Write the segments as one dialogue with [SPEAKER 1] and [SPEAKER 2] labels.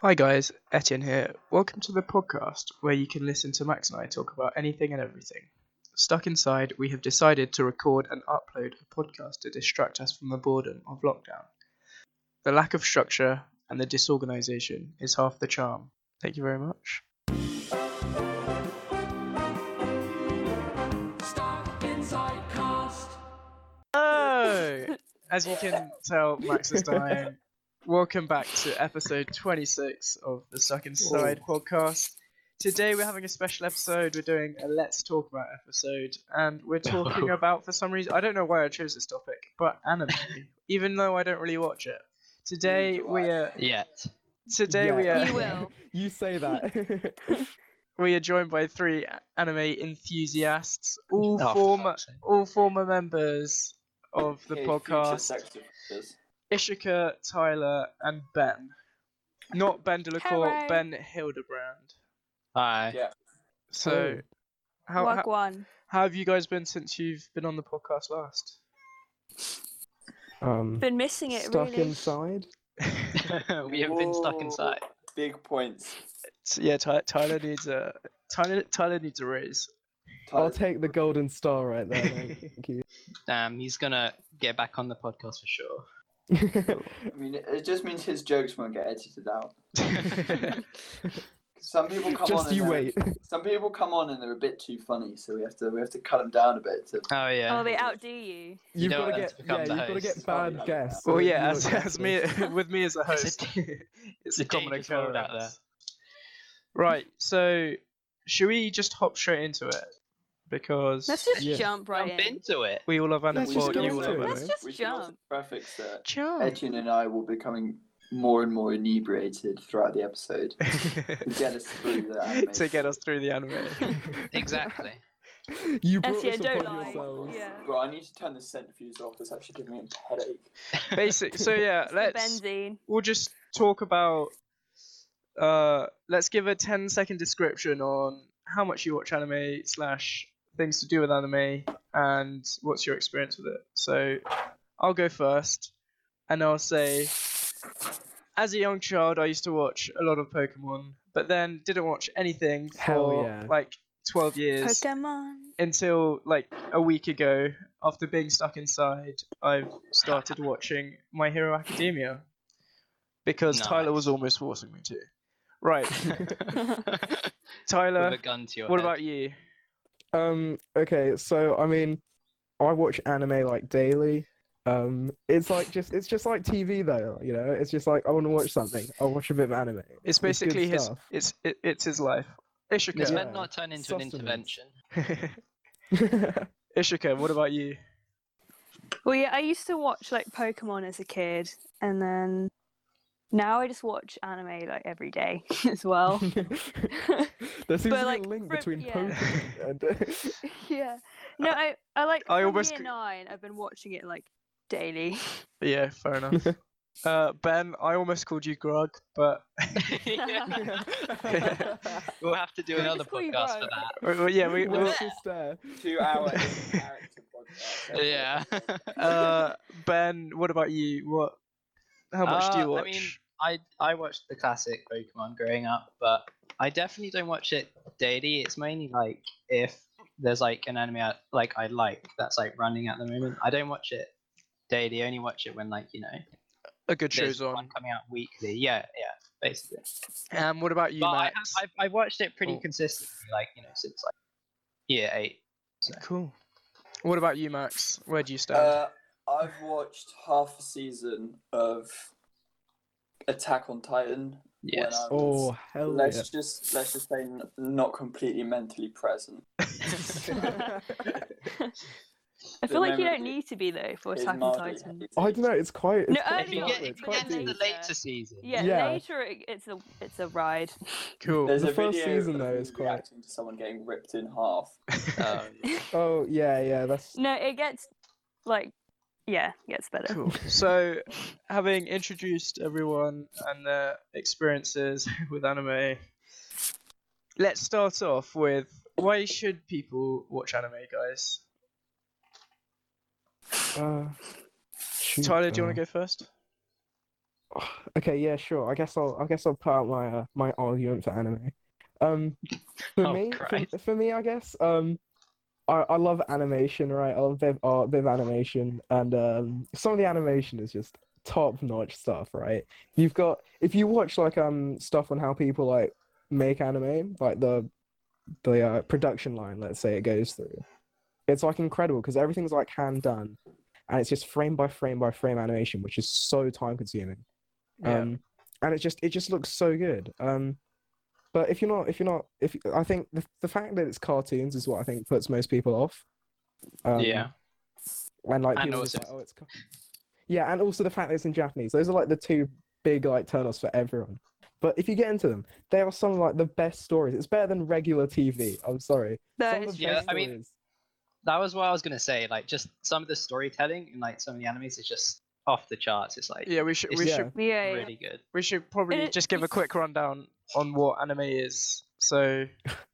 [SPEAKER 1] Hi guys, Etienne here. Welcome to the podcast where you can listen to Max and I talk about anything and everything. Stuck inside, we have decided to record and upload a podcast to distract us from the boredom of lockdown. The lack of structure and the disorganisation is half the charm. Thank you very much.
[SPEAKER 2] Stuck inside cast.
[SPEAKER 1] Oh, as you can tell, Max is dying. Welcome back to episode 26 of the Stuck Inside
[SPEAKER 3] Oh.
[SPEAKER 1] podcast. Today we're having a special episode. We're doing a Let's Talk About episode, and we're talking about, for some reason, I don't know why I chose this topic, but anime, even though I don't really watch it. Today we are
[SPEAKER 3] Yet.
[SPEAKER 1] today we
[SPEAKER 4] Yeah.
[SPEAKER 1] are
[SPEAKER 4] You
[SPEAKER 5] You will.
[SPEAKER 4] You say that.
[SPEAKER 1] we are joined by three anime enthusiasts, all
[SPEAKER 3] Oh, for
[SPEAKER 1] former
[SPEAKER 3] fuck's sake.
[SPEAKER 1] all former members of the podcast. Ishika, Tyler, and Ben. Not Ben Delacour,
[SPEAKER 5] Hello.
[SPEAKER 1] Ben Hildebrand.
[SPEAKER 3] Hi.
[SPEAKER 2] Yeah.
[SPEAKER 1] So, how,
[SPEAKER 5] Wagwan.
[SPEAKER 1] how, how have you guys been since you've been on the podcast last?
[SPEAKER 4] um,
[SPEAKER 5] Been missing it
[SPEAKER 4] stuck
[SPEAKER 5] really.
[SPEAKER 4] inside.
[SPEAKER 3] we have been stuck
[SPEAKER 2] Whoa.
[SPEAKER 3] inside.
[SPEAKER 2] Big points.
[SPEAKER 1] So, yeah, Ty- Tyler needs a Tyler, Tyler needs a raise.
[SPEAKER 4] I'll
[SPEAKER 2] Tyler-
[SPEAKER 4] take the golden star right there. man. Thank you.
[SPEAKER 3] Damn, Um, he's gonna get back on the podcast for sure.
[SPEAKER 2] I mean, it it just means his jokes won't get edited out. 'Cause Some people come on.
[SPEAKER 4] Just
[SPEAKER 2] and
[SPEAKER 4] you
[SPEAKER 2] they're-
[SPEAKER 4] wait.
[SPEAKER 2] Some people come on and they're a bit too funny, so we have to we have to cut them down a bit. To...
[SPEAKER 3] oh yeah.
[SPEAKER 5] Oh, they outdo you.
[SPEAKER 4] You've
[SPEAKER 3] don't
[SPEAKER 4] got to
[SPEAKER 3] want them
[SPEAKER 4] get
[SPEAKER 3] to become
[SPEAKER 4] yeah, you've
[SPEAKER 3] the
[SPEAKER 4] got to
[SPEAKER 3] hosts.
[SPEAKER 4] get
[SPEAKER 2] Sorry
[SPEAKER 4] bad
[SPEAKER 2] about
[SPEAKER 4] guests.
[SPEAKER 1] well,
[SPEAKER 4] so that
[SPEAKER 1] yeah,
[SPEAKER 4] you
[SPEAKER 1] as,
[SPEAKER 4] look
[SPEAKER 1] as me with me as a
[SPEAKER 3] It's
[SPEAKER 1] host,
[SPEAKER 3] a-
[SPEAKER 1] it's a
[SPEAKER 3] a
[SPEAKER 1] common
[SPEAKER 3] dangerous world out
[SPEAKER 1] occurrence. Right, so should we just hop straight into it? Because
[SPEAKER 5] Let's just
[SPEAKER 4] Yeah.
[SPEAKER 5] jump right
[SPEAKER 3] Jump
[SPEAKER 5] in.
[SPEAKER 3] into it.
[SPEAKER 1] we all love anime.
[SPEAKER 4] Let's just
[SPEAKER 1] well,
[SPEAKER 4] go
[SPEAKER 1] you all
[SPEAKER 4] into
[SPEAKER 1] love
[SPEAKER 4] it.
[SPEAKER 1] anime.
[SPEAKER 5] Let's just
[SPEAKER 2] we should also
[SPEAKER 5] jump.
[SPEAKER 2] prefix that
[SPEAKER 1] Jump.
[SPEAKER 2] Etienne and I will be becoming more and more inebriated throughout the episode to get us through the anime.
[SPEAKER 1] to get us through the anime.
[SPEAKER 3] Exactly.
[SPEAKER 4] good. You brought
[SPEAKER 5] Actually, I
[SPEAKER 4] this
[SPEAKER 5] don't
[SPEAKER 4] upon
[SPEAKER 5] lie.
[SPEAKER 4] yourselves.
[SPEAKER 5] Yeah.
[SPEAKER 2] Bro, I need to turn the centrifuge off. It's actually giving me a headache.
[SPEAKER 1] Basic. So yeah,
[SPEAKER 5] It's the
[SPEAKER 1] let's
[SPEAKER 5] benzene.
[SPEAKER 1] we'll just talk about. Uh, let's give a 10 second description on how much you watch anime slash things to do with anime and what's your experience with it. So I'll go first, and I'll say, as a young child, I used to watch a lot of Pokemon, but then didn't watch anything
[SPEAKER 4] Hell
[SPEAKER 1] for
[SPEAKER 4] yeah.
[SPEAKER 1] like 12 years
[SPEAKER 5] Pokemon.
[SPEAKER 1] until like a week ago, after being stuck inside, I've started watching My Hero Academia because Tyler was almost forcing me to. Right,
[SPEAKER 3] With
[SPEAKER 1] Tyler,
[SPEAKER 3] a gun to your
[SPEAKER 1] what
[SPEAKER 3] head.
[SPEAKER 1] about you?
[SPEAKER 4] Um. Okay. So I mean, I watch anime like daily. Um. It's like just it's just like TV though. You know. It's just like I want to watch something. I'll watch a bit of anime.
[SPEAKER 1] It's
[SPEAKER 4] good
[SPEAKER 1] basically his.
[SPEAKER 4] stuff.
[SPEAKER 1] It's it, it's his life.
[SPEAKER 3] It's
[SPEAKER 1] Ishika.
[SPEAKER 4] Yeah.
[SPEAKER 3] meant not turn into
[SPEAKER 4] Sustenance.
[SPEAKER 3] an intervention.
[SPEAKER 1] Ishika, what about you?
[SPEAKER 5] Well, yeah, I used to watch like Pokemon as a kid, and then now I just watch anime like every day as well.
[SPEAKER 4] there seems to be
[SPEAKER 5] like,
[SPEAKER 4] a link
[SPEAKER 5] rip-
[SPEAKER 4] between
[SPEAKER 5] yeah.
[SPEAKER 4] Pokemon and. uh,
[SPEAKER 5] yeah. No, I, I like.
[SPEAKER 1] I
[SPEAKER 5] from
[SPEAKER 1] almost
[SPEAKER 5] year
[SPEAKER 1] c-
[SPEAKER 5] nine. I've been watching it like daily.
[SPEAKER 1] Yeah, fair enough. uh, ben, I almost called you Grog, but
[SPEAKER 3] We'll have to do
[SPEAKER 5] Can I
[SPEAKER 3] another
[SPEAKER 5] just call you bro?
[SPEAKER 3] podcast for that.
[SPEAKER 1] uh, well, yeah, we,
[SPEAKER 4] Why
[SPEAKER 1] we'll,
[SPEAKER 4] is
[SPEAKER 5] uh,
[SPEAKER 4] this there?
[SPEAKER 2] Two hours. character podcast.
[SPEAKER 3] Yeah.
[SPEAKER 1] uh, Ben, what about you? What? How much do you
[SPEAKER 3] Uh,
[SPEAKER 1] watch?
[SPEAKER 3] I mean, I I watched the classic Pokemon growing up, but I definitely don't watch it daily. It's mainly like if there's like an anime I, like I like that's like running at the moment. I don't watch it daily. I only watch it when like you know
[SPEAKER 1] a good
[SPEAKER 3] there's
[SPEAKER 1] show's on.
[SPEAKER 3] one coming out weekly. Yeah, yeah, basically.
[SPEAKER 1] Um, what about you,
[SPEAKER 3] but I have,
[SPEAKER 1] Max?
[SPEAKER 3] I've, I've watched it pretty
[SPEAKER 1] Oh.
[SPEAKER 3] consistently, like you know since like year eight. So.
[SPEAKER 1] Cool. What about you, Max? Where do you stand?
[SPEAKER 2] Uh, I've watched half a season of Attack on Titan.
[SPEAKER 3] Yes.
[SPEAKER 2] When I was,
[SPEAKER 4] Oh hell
[SPEAKER 2] let's just let's just say n- not completely mentally present.
[SPEAKER 5] Uh,
[SPEAKER 4] yeah!
[SPEAKER 5] I
[SPEAKER 2] The
[SPEAKER 5] feel like you
[SPEAKER 2] memory
[SPEAKER 5] don't need to be though for
[SPEAKER 2] is
[SPEAKER 5] Attack on
[SPEAKER 2] mildly
[SPEAKER 5] Titan.
[SPEAKER 2] hazy.
[SPEAKER 4] I don't know. It's quite. It's
[SPEAKER 5] No,
[SPEAKER 4] quite
[SPEAKER 3] if you
[SPEAKER 5] earlier
[SPEAKER 4] dark,
[SPEAKER 3] get
[SPEAKER 5] on,
[SPEAKER 4] it's
[SPEAKER 3] if
[SPEAKER 5] it
[SPEAKER 3] you
[SPEAKER 4] quite
[SPEAKER 3] get
[SPEAKER 5] gets
[SPEAKER 3] to
[SPEAKER 4] deep.
[SPEAKER 3] the
[SPEAKER 5] later.
[SPEAKER 3] later season,
[SPEAKER 5] Yeah,
[SPEAKER 4] Yeah.
[SPEAKER 5] later it, it's a it's a ride.
[SPEAKER 1] cool.
[SPEAKER 2] There's
[SPEAKER 4] The
[SPEAKER 2] a
[SPEAKER 4] first
[SPEAKER 2] video
[SPEAKER 4] season,
[SPEAKER 2] of
[SPEAKER 4] though,
[SPEAKER 2] me
[SPEAKER 4] is quite-
[SPEAKER 2] reacting to someone getting ripped in half.
[SPEAKER 3] um,
[SPEAKER 4] Oh yeah, yeah. That's
[SPEAKER 5] No, it gets like yeah, it gets better.
[SPEAKER 1] Cool. So, having introduced everyone and their experiences with anime, let's start off with why should people watch anime, guys?
[SPEAKER 4] uh, Hmm. uh,
[SPEAKER 1] Tyler, do you want to go first?
[SPEAKER 4] okay, yeah, sure. I guess I'll I guess I'll put out my uh, my argument for anime. Um, for
[SPEAKER 3] Oh,
[SPEAKER 4] me, for,
[SPEAKER 3] Christ.
[SPEAKER 4] for me, I guess um, I I love animation, right? I love Viv art, Viv animation, and um, some of the animation is just top notch stuff, right? You've got if you watch like um stuff on how people like make anime, like the the uh, production line, let's say it goes through, it's like incredible because everything's like hand done, and it's just frame by frame by frame animation, which is so time consuming
[SPEAKER 1] Yeah.
[SPEAKER 4] um, and it just it just looks so good. Um, but if you're not if you're not if I think the, the fact that it's cartoons is what I think puts most people off. Um,
[SPEAKER 3] yeah.
[SPEAKER 4] and like
[SPEAKER 3] And
[SPEAKER 4] people just
[SPEAKER 3] also-
[SPEAKER 4] like, oh, it's ca-" yeah, and also the fact that it's in Japanese. Those are like the two big like turnoffs for everyone. But if you get into them, they are some of like the best stories. It's better than regular TV. I'm sorry. Some
[SPEAKER 5] That
[SPEAKER 4] of
[SPEAKER 5] is
[SPEAKER 4] the
[SPEAKER 3] Yeah,
[SPEAKER 5] true.
[SPEAKER 4] best
[SPEAKER 3] I mean-
[SPEAKER 4] stories-
[SPEAKER 3] That was what I was gonna say. Like, just some of the storytelling in like some of the animes is just off the charts. It's like
[SPEAKER 1] Yeah, we should we
[SPEAKER 4] Yeah.
[SPEAKER 1] should
[SPEAKER 5] Yeah, yeah.
[SPEAKER 3] really good.
[SPEAKER 1] we should probably
[SPEAKER 5] it-
[SPEAKER 1] just give a
[SPEAKER 5] it's-
[SPEAKER 1] quick rundown on what anime is. So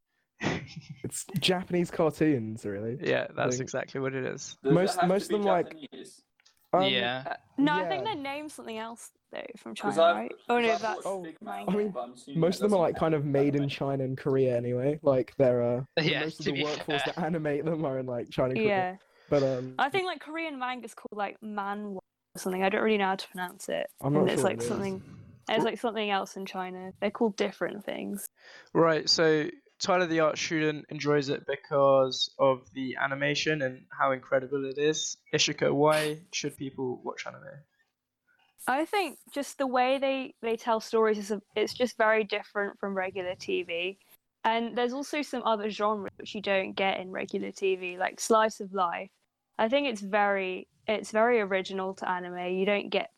[SPEAKER 4] it's Japanese cartoons, really.
[SPEAKER 1] yeah, that's
[SPEAKER 4] Like-
[SPEAKER 1] exactly what it is.
[SPEAKER 2] Does it
[SPEAKER 4] Most-
[SPEAKER 2] have to
[SPEAKER 4] most of
[SPEAKER 2] be
[SPEAKER 4] them, like-
[SPEAKER 2] Japanese?
[SPEAKER 4] Um,
[SPEAKER 3] yeah.
[SPEAKER 5] No, I think
[SPEAKER 4] Yeah.
[SPEAKER 5] they're named something else though from
[SPEAKER 2] 'Cause
[SPEAKER 5] China,
[SPEAKER 2] I've-
[SPEAKER 5] right? Oh no,
[SPEAKER 2] I've
[SPEAKER 5] that's
[SPEAKER 4] Oh,
[SPEAKER 2] watched Big
[SPEAKER 5] mine.
[SPEAKER 2] Mouth,
[SPEAKER 4] I mean,
[SPEAKER 2] but I'm assuming
[SPEAKER 4] Most of
[SPEAKER 2] that
[SPEAKER 4] them are like
[SPEAKER 2] doesn't
[SPEAKER 4] kind of
[SPEAKER 2] count,
[SPEAKER 4] made in
[SPEAKER 2] anyway.
[SPEAKER 4] China and Korea, anyway. Like they're uh,
[SPEAKER 3] Yeah.
[SPEAKER 4] most of
[SPEAKER 3] to
[SPEAKER 4] the
[SPEAKER 3] be
[SPEAKER 4] workforce
[SPEAKER 3] fair.
[SPEAKER 4] that animate them are in like China. and Korea.
[SPEAKER 5] yeah.
[SPEAKER 4] But um,
[SPEAKER 5] I think like Korean manga's called like man or something. I don't really know how to pronounce it.
[SPEAKER 4] I'm
[SPEAKER 5] And
[SPEAKER 4] not
[SPEAKER 5] it's
[SPEAKER 4] sure.
[SPEAKER 5] like
[SPEAKER 4] what it is.
[SPEAKER 5] something. There's like something else in China. They're called different things.
[SPEAKER 1] Right, so Tyler the art student enjoys it because of the animation and how incredible it is. Ishika, why should people watch anime?
[SPEAKER 5] I think just the way they they tell stories is a, it's just very different from regular TV, and there's also some other genres which you don't get in regular TV, like slice of life. I think it's very it's very original to anime. You don't get.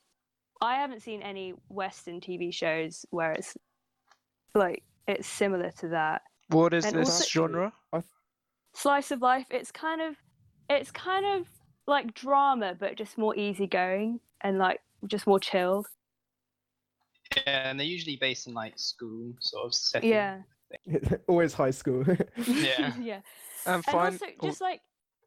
[SPEAKER 5] I haven't seen any Western TV shows where it's like it's similar to that
[SPEAKER 1] What is
[SPEAKER 5] And
[SPEAKER 1] this
[SPEAKER 5] also-
[SPEAKER 1] genre?
[SPEAKER 5] slice of life. It's kind of it's kind of like drama, but just more easygoing and like just more chilled.
[SPEAKER 3] Yeah, and they're usually based in like school sort of setting.
[SPEAKER 5] Yeah.
[SPEAKER 4] Always high school.
[SPEAKER 3] Yeah.
[SPEAKER 5] yeah.
[SPEAKER 1] And
[SPEAKER 5] And
[SPEAKER 1] fine.
[SPEAKER 5] also,
[SPEAKER 1] oh,
[SPEAKER 5] just like,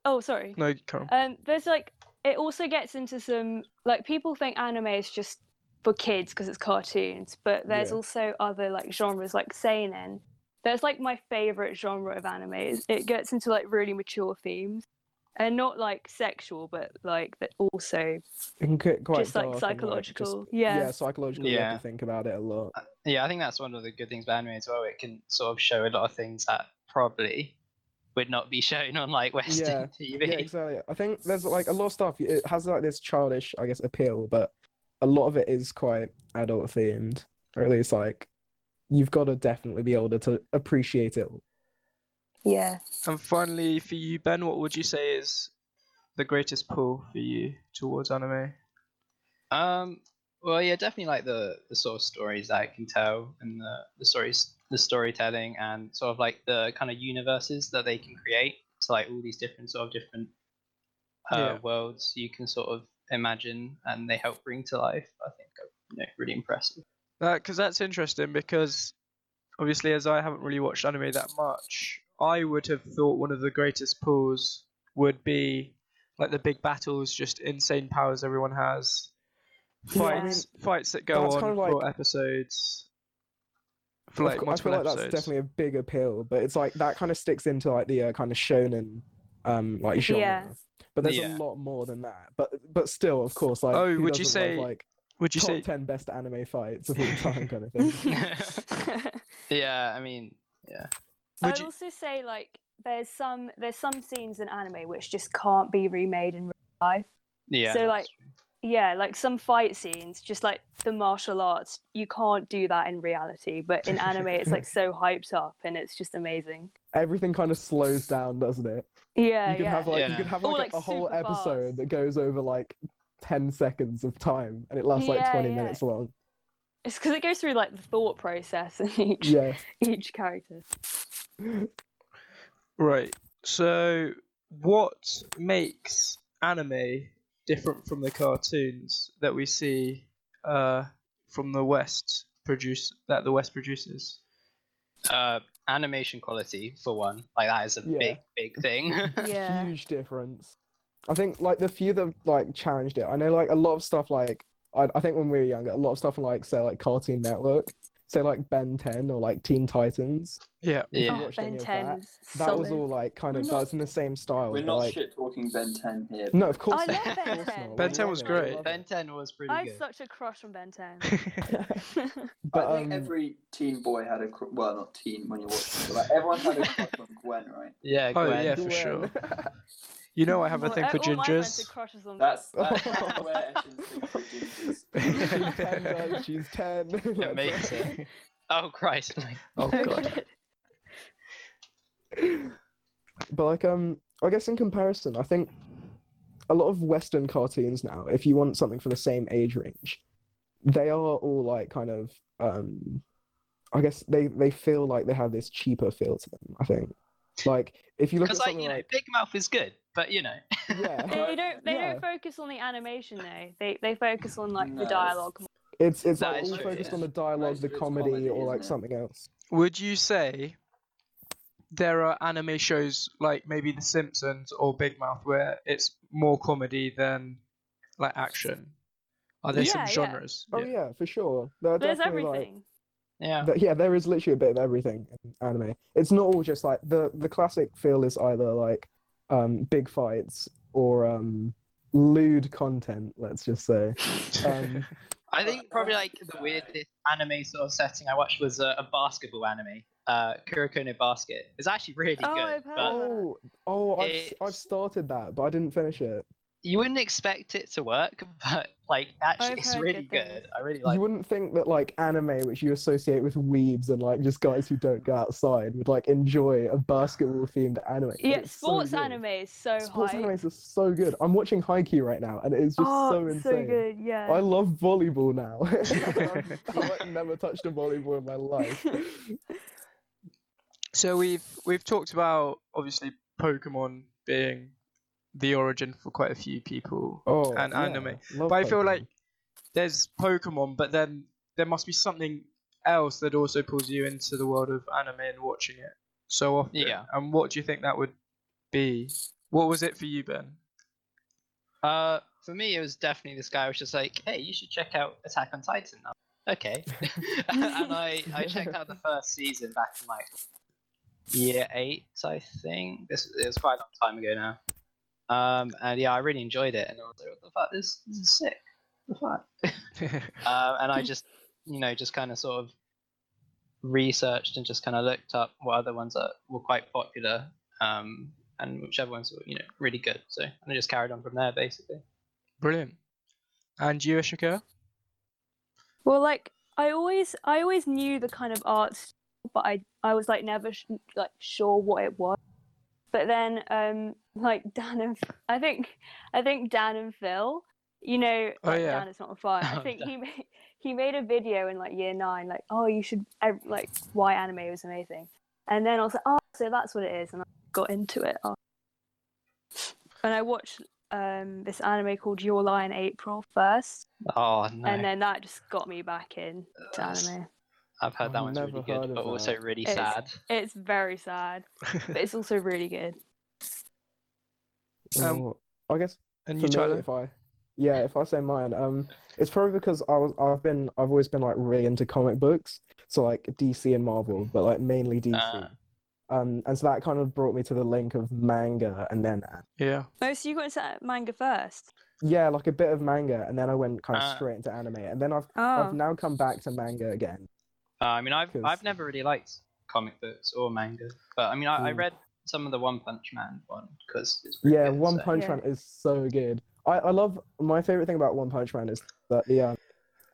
[SPEAKER 5] oh, sorry.
[SPEAKER 1] no, come on.
[SPEAKER 5] Um, there's like, it also gets into some like people think anime is just for kids because it's cartoons, but there's
[SPEAKER 4] Yeah.
[SPEAKER 5] also other like genres like seinen. There's like my favorite genre of anime. Is it gets into like really mature themes, and not like sexual, but like that also
[SPEAKER 4] And qu- quite
[SPEAKER 5] just like
[SPEAKER 4] dark and,
[SPEAKER 5] psychological.
[SPEAKER 4] just-
[SPEAKER 5] yeah.
[SPEAKER 4] yeah, psychological. You have
[SPEAKER 3] Yeah.
[SPEAKER 4] to think about it a lot.
[SPEAKER 3] Uh, Yeah, I think that's one of the good things about anime as well. It can sort of show a lot of things that probably would not be shown on like Western TV.
[SPEAKER 4] Yeah, exactly. I think there's like a lot of stuff. It has like this childish, I guess, appeal, but a lot of it is quite adult themed, or at least like you've got to definitely be able to appreciate it.
[SPEAKER 5] Yeah.
[SPEAKER 1] And finally, for you, Ben, what would you say is the greatest pull for you towards anime?
[SPEAKER 3] Um. Well, yeah, definitely like the the sort of stories that I can tell, and the the stories, the storytelling, and sort of like the kind of universes that they can create. So like all these different sort of different uh,
[SPEAKER 1] Yeah.
[SPEAKER 3] worlds you can sort of imagine, and they help bring to life. I think are you know, really impressive.
[SPEAKER 1] Because that's interesting. Because obviously, as I haven't really watched anime that much, I would have thought one of the greatest pulls would be like the big battles, just insane powers everyone has,
[SPEAKER 4] Yeah, I mean,
[SPEAKER 1] fights, fights that go
[SPEAKER 4] that's
[SPEAKER 1] on
[SPEAKER 4] kind of
[SPEAKER 1] for
[SPEAKER 4] like-
[SPEAKER 1] episodes, for
[SPEAKER 4] Of
[SPEAKER 1] like
[SPEAKER 4] cou- I feel
[SPEAKER 1] multiple
[SPEAKER 4] like that's
[SPEAKER 1] episodes.
[SPEAKER 4] definitely a big appeal, but it's like that kind of sticks into like the uh, kind of shonen, um, like genre.
[SPEAKER 5] Yeah.
[SPEAKER 4] But there's a
[SPEAKER 3] Yeah.
[SPEAKER 4] lot more than that. But but still, of course, like
[SPEAKER 1] Oh,
[SPEAKER 4] who
[SPEAKER 1] would you
[SPEAKER 4] doesn't love,
[SPEAKER 1] say-
[SPEAKER 4] like
[SPEAKER 1] Would you
[SPEAKER 4] top
[SPEAKER 1] say?
[SPEAKER 4] ten best anime fights of all time kind of thing?
[SPEAKER 3] Yeah, I mean,
[SPEAKER 5] I
[SPEAKER 1] Would
[SPEAKER 5] would
[SPEAKER 1] you-
[SPEAKER 5] also say like there's some there's some scenes in anime which just can't be remade in real life.
[SPEAKER 3] yeah.
[SPEAKER 5] So,
[SPEAKER 3] that's
[SPEAKER 5] like,
[SPEAKER 3] true.
[SPEAKER 5] Yeah, like some fight scenes, just like the martial arts, you can't do that in reality. But in anime, it's like so hyped up and it's just amazing.
[SPEAKER 4] Everything kind of slows down, doesn't it?
[SPEAKER 5] Yeah,
[SPEAKER 4] you
[SPEAKER 5] Uh,
[SPEAKER 4] can
[SPEAKER 5] yeah.
[SPEAKER 4] have like
[SPEAKER 3] Yeah.
[SPEAKER 4] you can have
[SPEAKER 5] Or,
[SPEAKER 4] like, a-
[SPEAKER 5] like,
[SPEAKER 4] a, whole
[SPEAKER 5] super fast.
[SPEAKER 4] episode that goes over like ten seconds of time, and it lasts like
[SPEAKER 5] Yeah,
[SPEAKER 4] twenty
[SPEAKER 5] yeah.
[SPEAKER 4] minutes long.
[SPEAKER 5] It's because it goes through like the thought process in each
[SPEAKER 4] Yeah.
[SPEAKER 5] each character.
[SPEAKER 1] Right. So, what makes anime different from the cartoons that we see uh, from the West produce that the West produces?
[SPEAKER 3] uh, animation quality for one, like that is a
[SPEAKER 4] Yeah.
[SPEAKER 3] big big thing.
[SPEAKER 5] Yeah, Oh,
[SPEAKER 4] huge difference. I think like the few that like challenged it. I know like a lot of stuff like I, I think when we were younger, a lot of stuff on like say like Cartoon Network, say like Ben Ten or like Teen Titans.
[SPEAKER 1] Yeah.
[SPEAKER 3] Yeah.
[SPEAKER 5] Oh,
[SPEAKER 4] watched any
[SPEAKER 5] ben
[SPEAKER 4] of
[SPEAKER 5] 10.
[SPEAKER 4] that.
[SPEAKER 5] 's
[SPEAKER 4] That was
[SPEAKER 5] solid.
[SPEAKER 4] all like kind of
[SPEAKER 2] We're
[SPEAKER 4] that
[SPEAKER 2] not-
[SPEAKER 4] was in the same style.
[SPEAKER 2] We're
[SPEAKER 4] but,
[SPEAKER 2] not
[SPEAKER 4] like,
[SPEAKER 2] shit talking Ben 10 here.
[SPEAKER 4] No, of course.
[SPEAKER 5] I
[SPEAKER 4] not,
[SPEAKER 5] love
[SPEAKER 4] of
[SPEAKER 5] Ben
[SPEAKER 4] course
[SPEAKER 5] 10.
[SPEAKER 4] not,
[SPEAKER 1] Ben
[SPEAKER 4] we
[SPEAKER 1] 10
[SPEAKER 4] love
[SPEAKER 1] was
[SPEAKER 4] it, we
[SPEAKER 1] great.
[SPEAKER 4] love
[SPEAKER 3] Ben 10 was pretty
[SPEAKER 5] Oh, I have
[SPEAKER 3] good.
[SPEAKER 5] such a crush on Ben 10.
[SPEAKER 4] it.
[SPEAKER 2] But
[SPEAKER 4] but
[SPEAKER 2] I think
[SPEAKER 4] um,
[SPEAKER 2] every teen boy had a cr- well, not teen when you watch it, but like everyone had a crush on Gwen, right?
[SPEAKER 3] Yeah,
[SPEAKER 1] Oh,
[SPEAKER 3] Gwen.
[SPEAKER 1] yeah. for
[SPEAKER 4] Gwen.
[SPEAKER 1] sure. You know I have a
[SPEAKER 5] Well,
[SPEAKER 1] thing for
[SPEAKER 5] all my friends
[SPEAKER 1] gingers.
[SPEAKER 5] had crushes on
[SPEAKER 2] That's,
[SPEAKER 4] Oh.
[SPEAKER 2] that's where Etchin's thing for gingers.
[SPEAKER 4] she's ten. guys, She's ten. Let's
[SPEAKER 3] makes
[SPEAKER 4] go.
[SPEAKER 3] it. Oh Christ! like-
[SPEAKER 1] Oh god.
[SPEAKER 4] But like um, I guess in comparison, I think a lot of Western cartoons now, if you want something for the same age range, they are all like kind of um, I guess they they feel like they have this cheaper feel to them. I think, like if you look at
[SPEAKER 3] Because like
[SPEAKER 4] something
[SPEAKER 3] you know,
[SPEAKER 4] like
[SPEAKER 3] Big Mouth is good, but you know,
[SPEAKER 4] yeah,
[SPEAKER 5] They don't. They
[SPEAKER 4] Yeah.
[SPEAKER 5] don't focus on the animation though. They they focus on like the
[SPEAKER 2] No.
[SPEAKER 5] dialogue. more.
[SPEAKER 4] it's it's
[SPEAKER 3] That
[SPEAKER 4] like
[SPEAKER 3] is
[SPEAKER 4] all
[SPEAKER 3] true,
[SPEAKER 4] focused
[SPEAKER 2] yeah.
[SPEAKER 4] on the dialogue,
[SPEAKER 2] Most
[SPEAKER 4] the
[SPEAKER 2] of it's
[SPEAKER 4] comedy,
[SPEAKER 2] comedy,
[SPEAKER 4] or like
[SPEAKER 2] isn't it?
[SPEAKER 4] something else.
[SPEAKER 1] Would you say there are anime shows like maybe The Simpsons or Big Mouth where it's more comedy than like action? Are there
[SPEAKER 5] Yeah,
[SPEAKER 1] some
[SPEAKER 5] yeah.
[SPEAKER 1] genres?
[SPEAKER 4] Oh yeah, for sure. There are
[SPEAKER 5] There's
[SPEAKER 4] definitely, like-
[SPEAKER 5] everything.
[SPEAKER 3] yeah.
[SPEAKER 4] Th- yeah, there is literally a bit of everything in anime. It's not all just like the the classic feel is either like um big fights or um lewd content, let's just say. Um
[SPEAKER 3] I think probably like the weirdest anime sort of setting I watched was uh, a basketball anime, uh, Kuroko no Basket. It's actually really
[SPEAKER 5] Oh,
[SPEAKER 3] good,
[SPEAKER 5] I've heard
[SPEAKER 3] but
[SPEAKER 5] of it.
[SPEAKER 4] oh, oh I've, s- I've
[SPEAKER 3] It's-
[SPEAKER 4] started that, but I didn't finish it.
[SPEAKER 3] you wouldn't expect it to work. But like, actually,
[SPEAKER 5] I've
[SPEAKER 3] it's
[SPEAKER 5] heard
[SPEAKER 3] really
[SPEAKER 5] good
[SPEAKER 3] good.
[SPEAKER 5] things.
[SPEAKER 3] I really like.
[SPEAKER 4] you wouldn't think that like anime, which you associate with weebs and like just guys who don't go outside, would like enjoy a basketball themed anime. but
[SPEAKER 5] Yeah,
[SPEAKER 4] it's so
[SPEAKER 5] sports
[SPEAKER 4] good.
[SPEAKER 5] anime is so
[SPEAKER 4] Sports
[SPEAKER 5] high.
[SPEAKER 4] animes are so good. I'm watching Haikyuu right now, and it is just
[SPEAKER 5] oh,
[SPEAKER 4] so
[SPEAKER 5] it's
[SPEAKER 4] insane.
[SPEAKER 5] so good. Yeah.
[SPEAKER 4] I love volleyball now. I've like, never touched a volleyball in my life.
[SPEAKER 1] So we've we've talked about obviously Pokemon being the origin for quite a few people.
[SPEAKER 4] Oh,
[SPEAKER 1] And anime. But I feel like there's Pokemon, but then there must be something else that also pulls you into the world of anime and watching it so often.
[SPEAKER 3] Yeah.
[SPEAKER 1] And what do you think that would be? What was it for you, Ben?
[SPEAKER 3] Uh, for me, it was definitely this guy was just like, "Hey, you should check out Attack on Titan." I'm like, okay, and I I checked out the first season back in like year eight, I think. This it was quite a long time ago now. Um, and yeah, I really enjoyed it, and I was like, "What the fuck? This, this is sick. What the fuck?" uh, and I just, you know, just kind of sort of researched and just kind of looked up what other ones that were quite popular, um, and whichever ones were, you know, really good. So and I just carried on from there, basically.
[SPEAKER 1] Brilliant. And you, Ishika?
[SPEAKER 5] Well, like I always, I always knew the kind of art, style, but I, I was like never sh- like sure what it was. But then, um, like Dan and I think, I think Dan and Phil, you know,
[SPEAKER 1] Oh,
[SPEAKER 5] like,
[SPEAKER 1] yeah.
[SPEAKER 5] Dan is not on fire. I
[SPEAKER 3] Oh,
[SPEAKER 5] think
[SPEAKER 3] Dan.
[SPEAKER 5] he made, he made a video in like year nine, like oh you should ev- like why anime was amazing, and then I was like oh so that's what it is, and I got into it. And I watched um this anime called Your Lie in April first
[SPEAKER 3] Oh no,
[SPEAKER 5] and then that just got me back in to
[SPEAKER 3] That's-
[SPEAKER 5] anime.
[SPEAKER 3] I've heard
[SPEAKER 4] I've
[SPEAKER 3] that one's
[SPEAKER 4] never
[SPEAKER 3] really
[SPEAKER 4] heard
[SPEAKER 3] good,
[SPEAKER 4] of
[SPEAKER 3] but also
[SPEAKER 4] that.
[SPEAKER 3] really
[SPEAKER 5] It's-
[SPEAKER 3] sad.
[SPEAKER 5] It's very sad, but it's also really good.
[SPEAKER 1] um,
[SPEAKER 4] Oh, I guess
[SPEAKER 1] and
[SPEAKER 4] for
[SPEAKER 1] you,
[SPEAKER 4] me,
[SPEAKER 1] Tyler?
[SPEAKER 4] if I, yeah, if I say mine, um, it's probably because I was, I've been, I've always been like really into comic books, so like DC and
[SPEAKER 1] Mm.
[SPEAKER 4] Marvel, but like mainly DC.
[SPEAKER 1] Ah.
[SPEAKER 3] Uh,
[SPEAKER 4] Um, and so that kind of brought me to the link of manga and then
[SPEAKER 1] Yeah.
[SPEAKER 5] Oh, so you got into manga first?
[SPEAKER 4] yeah, like a bit of manga, and then I went kind of
[SPEAKER 1] Ah.
[SPEAKER 3] Uh.
[SPEAKER 4] straight into anime, and then I've
[SPEAKER 5] Oh,
[SPEAKER 4] I've now come back to manga again.
[SPEAKER 3] Uh, I mean, I've
[SPEAKER 4] 'Cause-
[SPEAKER 3] I've never really liked comic books or manga, but I mean, I, I
[SPEAKER 4] Mm.
[SPEAKER 3] read some of the One Punch Man one because it's really
[SPEAKER 4] Yeah,
[SPEAKER 3] good,
[SPEAKER 4] One
[SPEAKER 3] so-
[SPEAKER 4] Punch
[SPEAKER 5] Yeah.
[SPEAKER 4] Man is so good. I, I love my favorite thing about One Punch Man is that the um,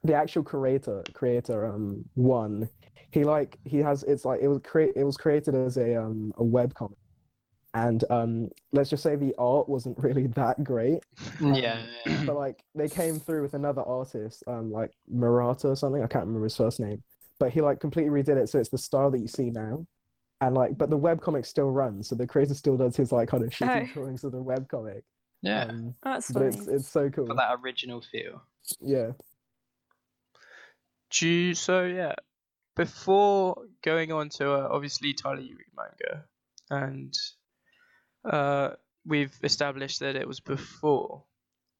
[SPEAKER 4] the actual creator creator um one he like he has it's like it was create it was created as a um a webcomic. And um, let's just say the art wasn't really that great,
[SPEAKER 3] yeah, yeah.
[SPEAKER 4] but like they came through with another artist, um, like Murata or something. I can't remember his first name, but he like completely redid it, so it's the style that you see now. And like, but the webcomic still runs, so the creator still does his like kind of shitty
[SPEAKER 5] Oh.
[SPEAKER 4] drawings of the webcomic.
[SPEAKER 3] yeah.
[SPEAKER 4] Um,
[SPEAKER 5] that's
[SPEAKER 4] but
[SPEAKER 5] funny.
[SPEAKER 4] it's it's so cool.
[SPEAKER 3] for that original
[SPEAKER 4] Oh,
[SPEAKER 3] feel.
[SPEAKER 4] Yeah.
[SPEAKER 1] Do you, so yeah, before going on to uh, obviously Tyler, you read manga, and uh, we've established that it was before.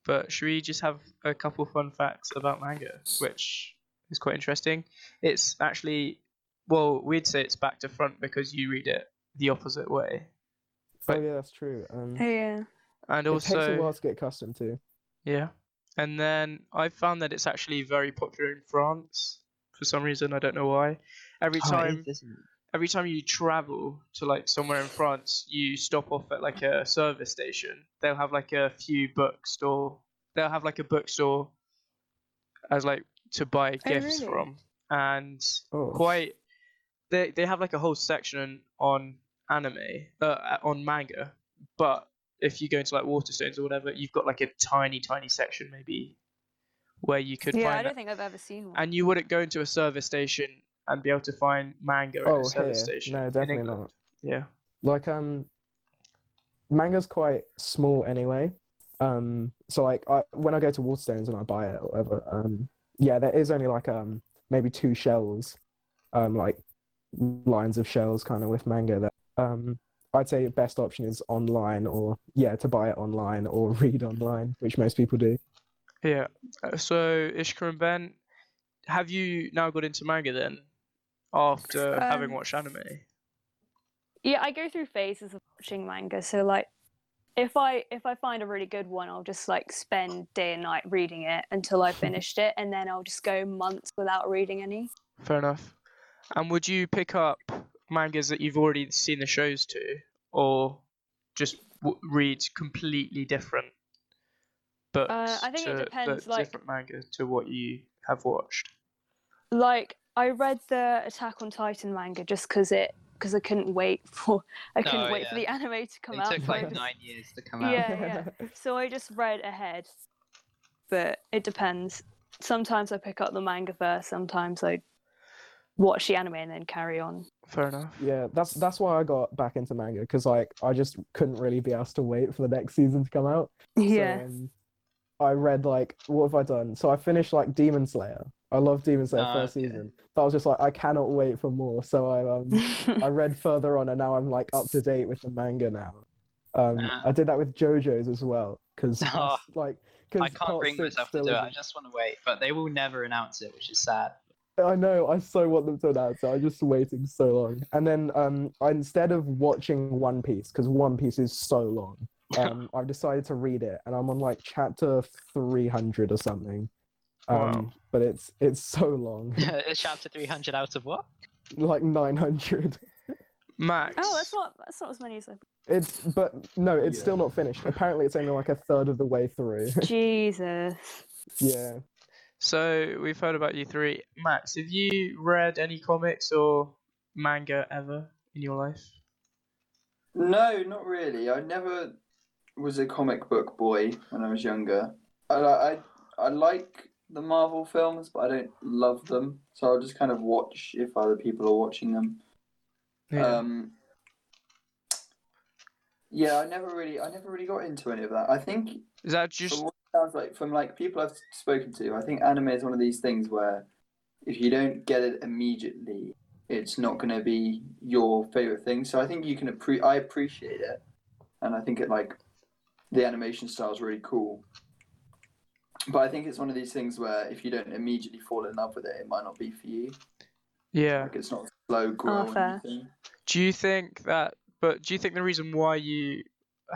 [SPEAKER 1] But should we just have a couple fun facts about manga, which is quite interesting? It's actually, well, we'd say it's back to front because you read it the opposite way.
[SPEAKER 4] Oh yeah, that's true. Um,
[SPEAKER 5] Oh, yeah.
[SPEAKER 1] And
[SPEAKER 4] it
[SPEAKER 1] also,
[SPEAKER 4] takes a while to get accustomed to.
[SPEAKER 1] Yeah. And then I found that it's actually very popular in France for some reason. I don't know why. Every
[SPEAKER 3] Oh, it
[SPEAKER 1] time,
[SPEAKER 3] is, isn't it?
[SPEAKER 1] every time you travel to like somewhere in France, you stop off at like a service station. They'll have like a few bookstore. They'll have like a bookstore as like to buy
[SPEAKER 5] Oh,
[SPEAKER 1] gifts
[SPEAKER 5] really?
[SPEAKER 1] from, and
[SPEAKER 4] Oh,
[SPEAKER 1] quite. They they have like a whole section on anime, uh, on manga, but if you go into like Waterstones or whatever, you've got like a tiny, tiny section maybe where you could
[SPEAKER 5] Yeah, I
[SPEAKER 1] find
[SPEAKER 5] don't
[SPEAKER 1] that.
[SPEAKER 5] think I've ever seen one.
[SPEAKER 1] And you wouldn't go into a service station and be able to find manga at
[SPEAKER 4] Oh,
[SPEAKER 1] a service
[SPEAKER 4] here.
[SPEAKER 1] station.
[SPEAKER 4] No,
[SPEAKER 1] in
[SPEAKER 4] definitely
[SPEAKER 1] England.
[SPEAKER 4] not.
[SPEAKER 1] Yeah.
[SPEAKER 4] Like um, manga's quite small anyway. Um, so like I when I go to Waterstones and I buy it or whatever, um, yeah, there is only like um maybe two shelves, um like lines of shelves kind of with manga that um I'd say your best option is online or yeah to buy it online or read online, which most people do.
[SPEAKER 1] Yeah. Uh, So Ishka and Ben, have you now got into manga then? After having
[SPEAKER 5] Um,
[SPEAKER 1] watched anime.
[SPEAKER 5] Yeah, I go through phases of watching manga. So like, if I if I find a really good one, I'll just like spend day and night reading it until
[SPEAKER 3] Hmm.
[SPEAKER 5] I finished it, and then I'll just go months without reading any.
[SPEAKER 1] Fair enough. And would you pick up mangas that you've already seen the shows to, or just w- read completely different books?
[SPEAKER 5] Uh, I think it
[SPEAKER 1] to-
[SPEAKER 5] depends,
[SPEAKER 1] but
[SPEAKER 5] like-
[SPEAKER 1] different manga to what you have watched.
[SPEAKER 5] Like I read the Attack on Titan manga just because it because I couldn't wait for I couldn't
[SPEAKER 3] Oh,
[SPEAKER 5] wait for
[SPEAKER 3] yeah.
[SPEAKER 5] the anime to come
[SPEAKER 3] It
[SPEAKER 5] out.
[SPEAKER 3] took
[SPEAKER 5] so I
[SPEAKER 3] like
[SPEAKER 5] just-
[SPEAKER 3] nine years to come out.
[SPEAKER 5] Yeah, So I just read ahead, but it depends. Sometimes I pick up the manga first. Sometimes I watch the anime and then carry on.
[SPEAKER 1] Fair enough.
[SPEAKER 4] Yeah, that's that's why I got back into manga because like I just couldn't really be asked to wait for the next season to come out. So,
[SPEAKER 5] Yeah.
[SPEAKER 4] um, I read like what have I done? So I finished like Demon Slayer. I love Demon Slayer
[SPEAKER 3] Ah,
[SPEAKER 4] first
[SPEAKER 3] okay.
[SPEAKER 4] season. But I was just like I cannot wait for more. So I um I read further on and now I'm like up to date with the manga now. Um,
[SPEAKER 3] Ah.
[SPEAKER 4] I did that with JoJo's as well because
[SPEAKER 3] Ah.
[SPEAKER 4] like
[SPEAKER 3] I
[SPEAKER 4] because
[SPEAKER 3] can't bring myself to do it. I just want to wait, but they will never announce it, which is sad.
[SPEAKER 4] I know. I so want them to announce it. I'm just waiting so long. And then, um, I- instead of watching One Piece because One Piece is so long, um, I've decided to read it, and I'm on like chapter 300 or something. Um,
[SPEAKER 1] Wow.
[SPEAKER 4] But it's it's so long,
[SPEAKER 3] it's chapter 300 out of what?
[SPEAKER 4] like 900.
[SPEAKER 1] Max.
[SPEAKER 5] Oh, that's not that's not as many as I.
[SPEAKER 4] It's but no, it's
[SPEAKER 2] Yeah.
[SPEAKER 4] still not finished. Apparently, it's only like a third of the way through.
[SPEAKER 5] Jesus.
[SPEAKER 4] yeah.
[SPEAKER 1] So we've heard about you three. Max, have you read any comics or manga ever in your life?
[SPEAKER 2] No, not really. I never was a comic book boy when I was younger. I li- I I like the Marvel films, but I don't love them. So I'll just kind of watch if other people are watching them. Um, yeah, I never really, I never really got into any of that. I think
[SPEAKER 1] Is that just
[SPEAKER 2] from what it sounds like from like people I've spoken to, I think anime is one of these things where if you don't get it immediately, it's not going to be your favorite thing. So I think you can appre- I appreciate it, and I think it like the animation style is really cool. But I think it's one of these things where if you don't immediately fall in love with it, it might not be for you.
[SPEAKER 1] yeah?
[SPEAKER 2] Like it's not slow growing.
[SPEAKER 5] fair.
[SPEAKER 2] thing.
[SPEAKER 1] Do you think that? But do you think the reason why you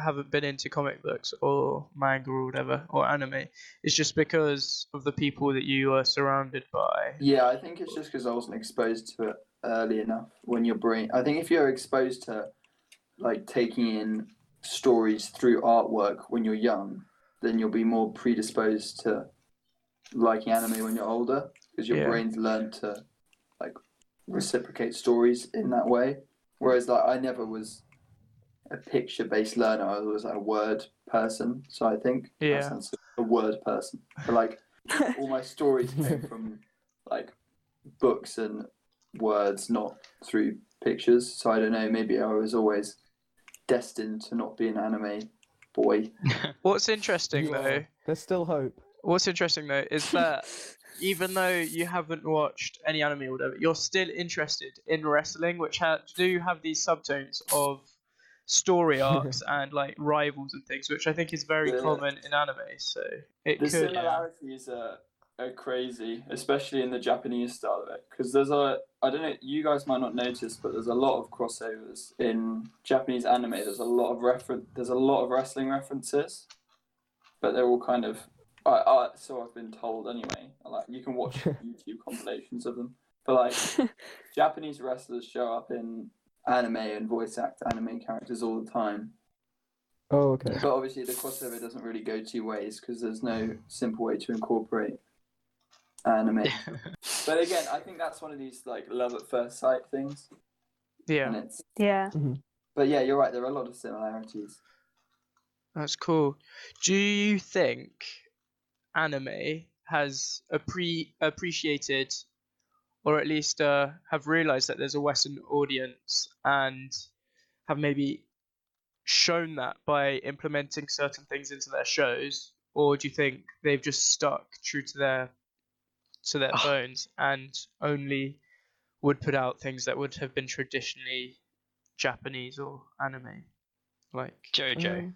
[SPEAKER 1] haven't been into comic books or manga or whatever or anime is just because of the people that you are surrounded by?
[SPEAKER 2] Yeah, I think it's just because I wasn't exposed to it early enough. When your brain, I think if you're exposed to like taking in stories through artwork when you're young, then you'll be more predisposed to liking anime when you're older because your
[SPEAKER 1] Yeah.
[SPEAKER 2] brain's learned to like reciprocate stories in that way. Whereas like I never was a picture-based learner; I was a word person. So I think that
[SPEAKER 1] Yeah.
[SPEAKER 2] sounds- a word person. But, like all my stories came from like books and words, not through pictures. So I don't know. Maybe I was always destined to not be an anime boy.
[SPEAKER 1] What's interesting
[SPEAKER 4] Yeah.
[SPEAKER 1] though,
[SPEAKER 4] There's still hope.
[SPEAKER 1] what's interesting though is that even though you haven't watched any anime or whatever, you're still interested in wrestling, which ha- do have these subtones of story arcs and like rivals and things, which I think is very
[SPEAKER 2] Yeah.
[SPEAKER 1] common in anime. So it
[SPEAKER 2] The
[SPEAKER 1] could.
[SPEAKER 2] similarities are, are crazy, especially in the Japanese style of it. Because there's a, I don't know, you guys might not notice, but there's a lot of crossovers in Japanese anime. There's a lot of reference. There's a lot of wrestling references, but they're all kind of, I, I, so I've been told anyway. Like you can watch YouTube compilations of them, but like Japanese wrestlers show up in anime and voice act anime characters all the time.
[SPEAKER 4] Oh, okay.
[SPEAKER 2] But obviously, the crossover doesn't really go two ways because there's no simple way to incorporate anime. but again, I think that's one of these like love at first sight things. And
[SPEAKER 1] Yeah,
[SPEAKER 2] it's,
[SPEAKER 5] Yeah.
[SPEAKER 2] but yeah, you're right. There are a lot of similarities.
[SPEAKER 1] that's cool. Do you think anime has appre- appreciated, or at least uh, have realised that there's a Western audience and have maybe shown that by implementing certain things into their shows, or do you think they've just stuck true to their to their
[SPEAKER 3] Ah.
[SPEAKER 1] bones and only would put out things that would have been traditionally Japanese or anime, like
[SPEAKER 4] Hmm.
[SPEAKER 3] Jojo.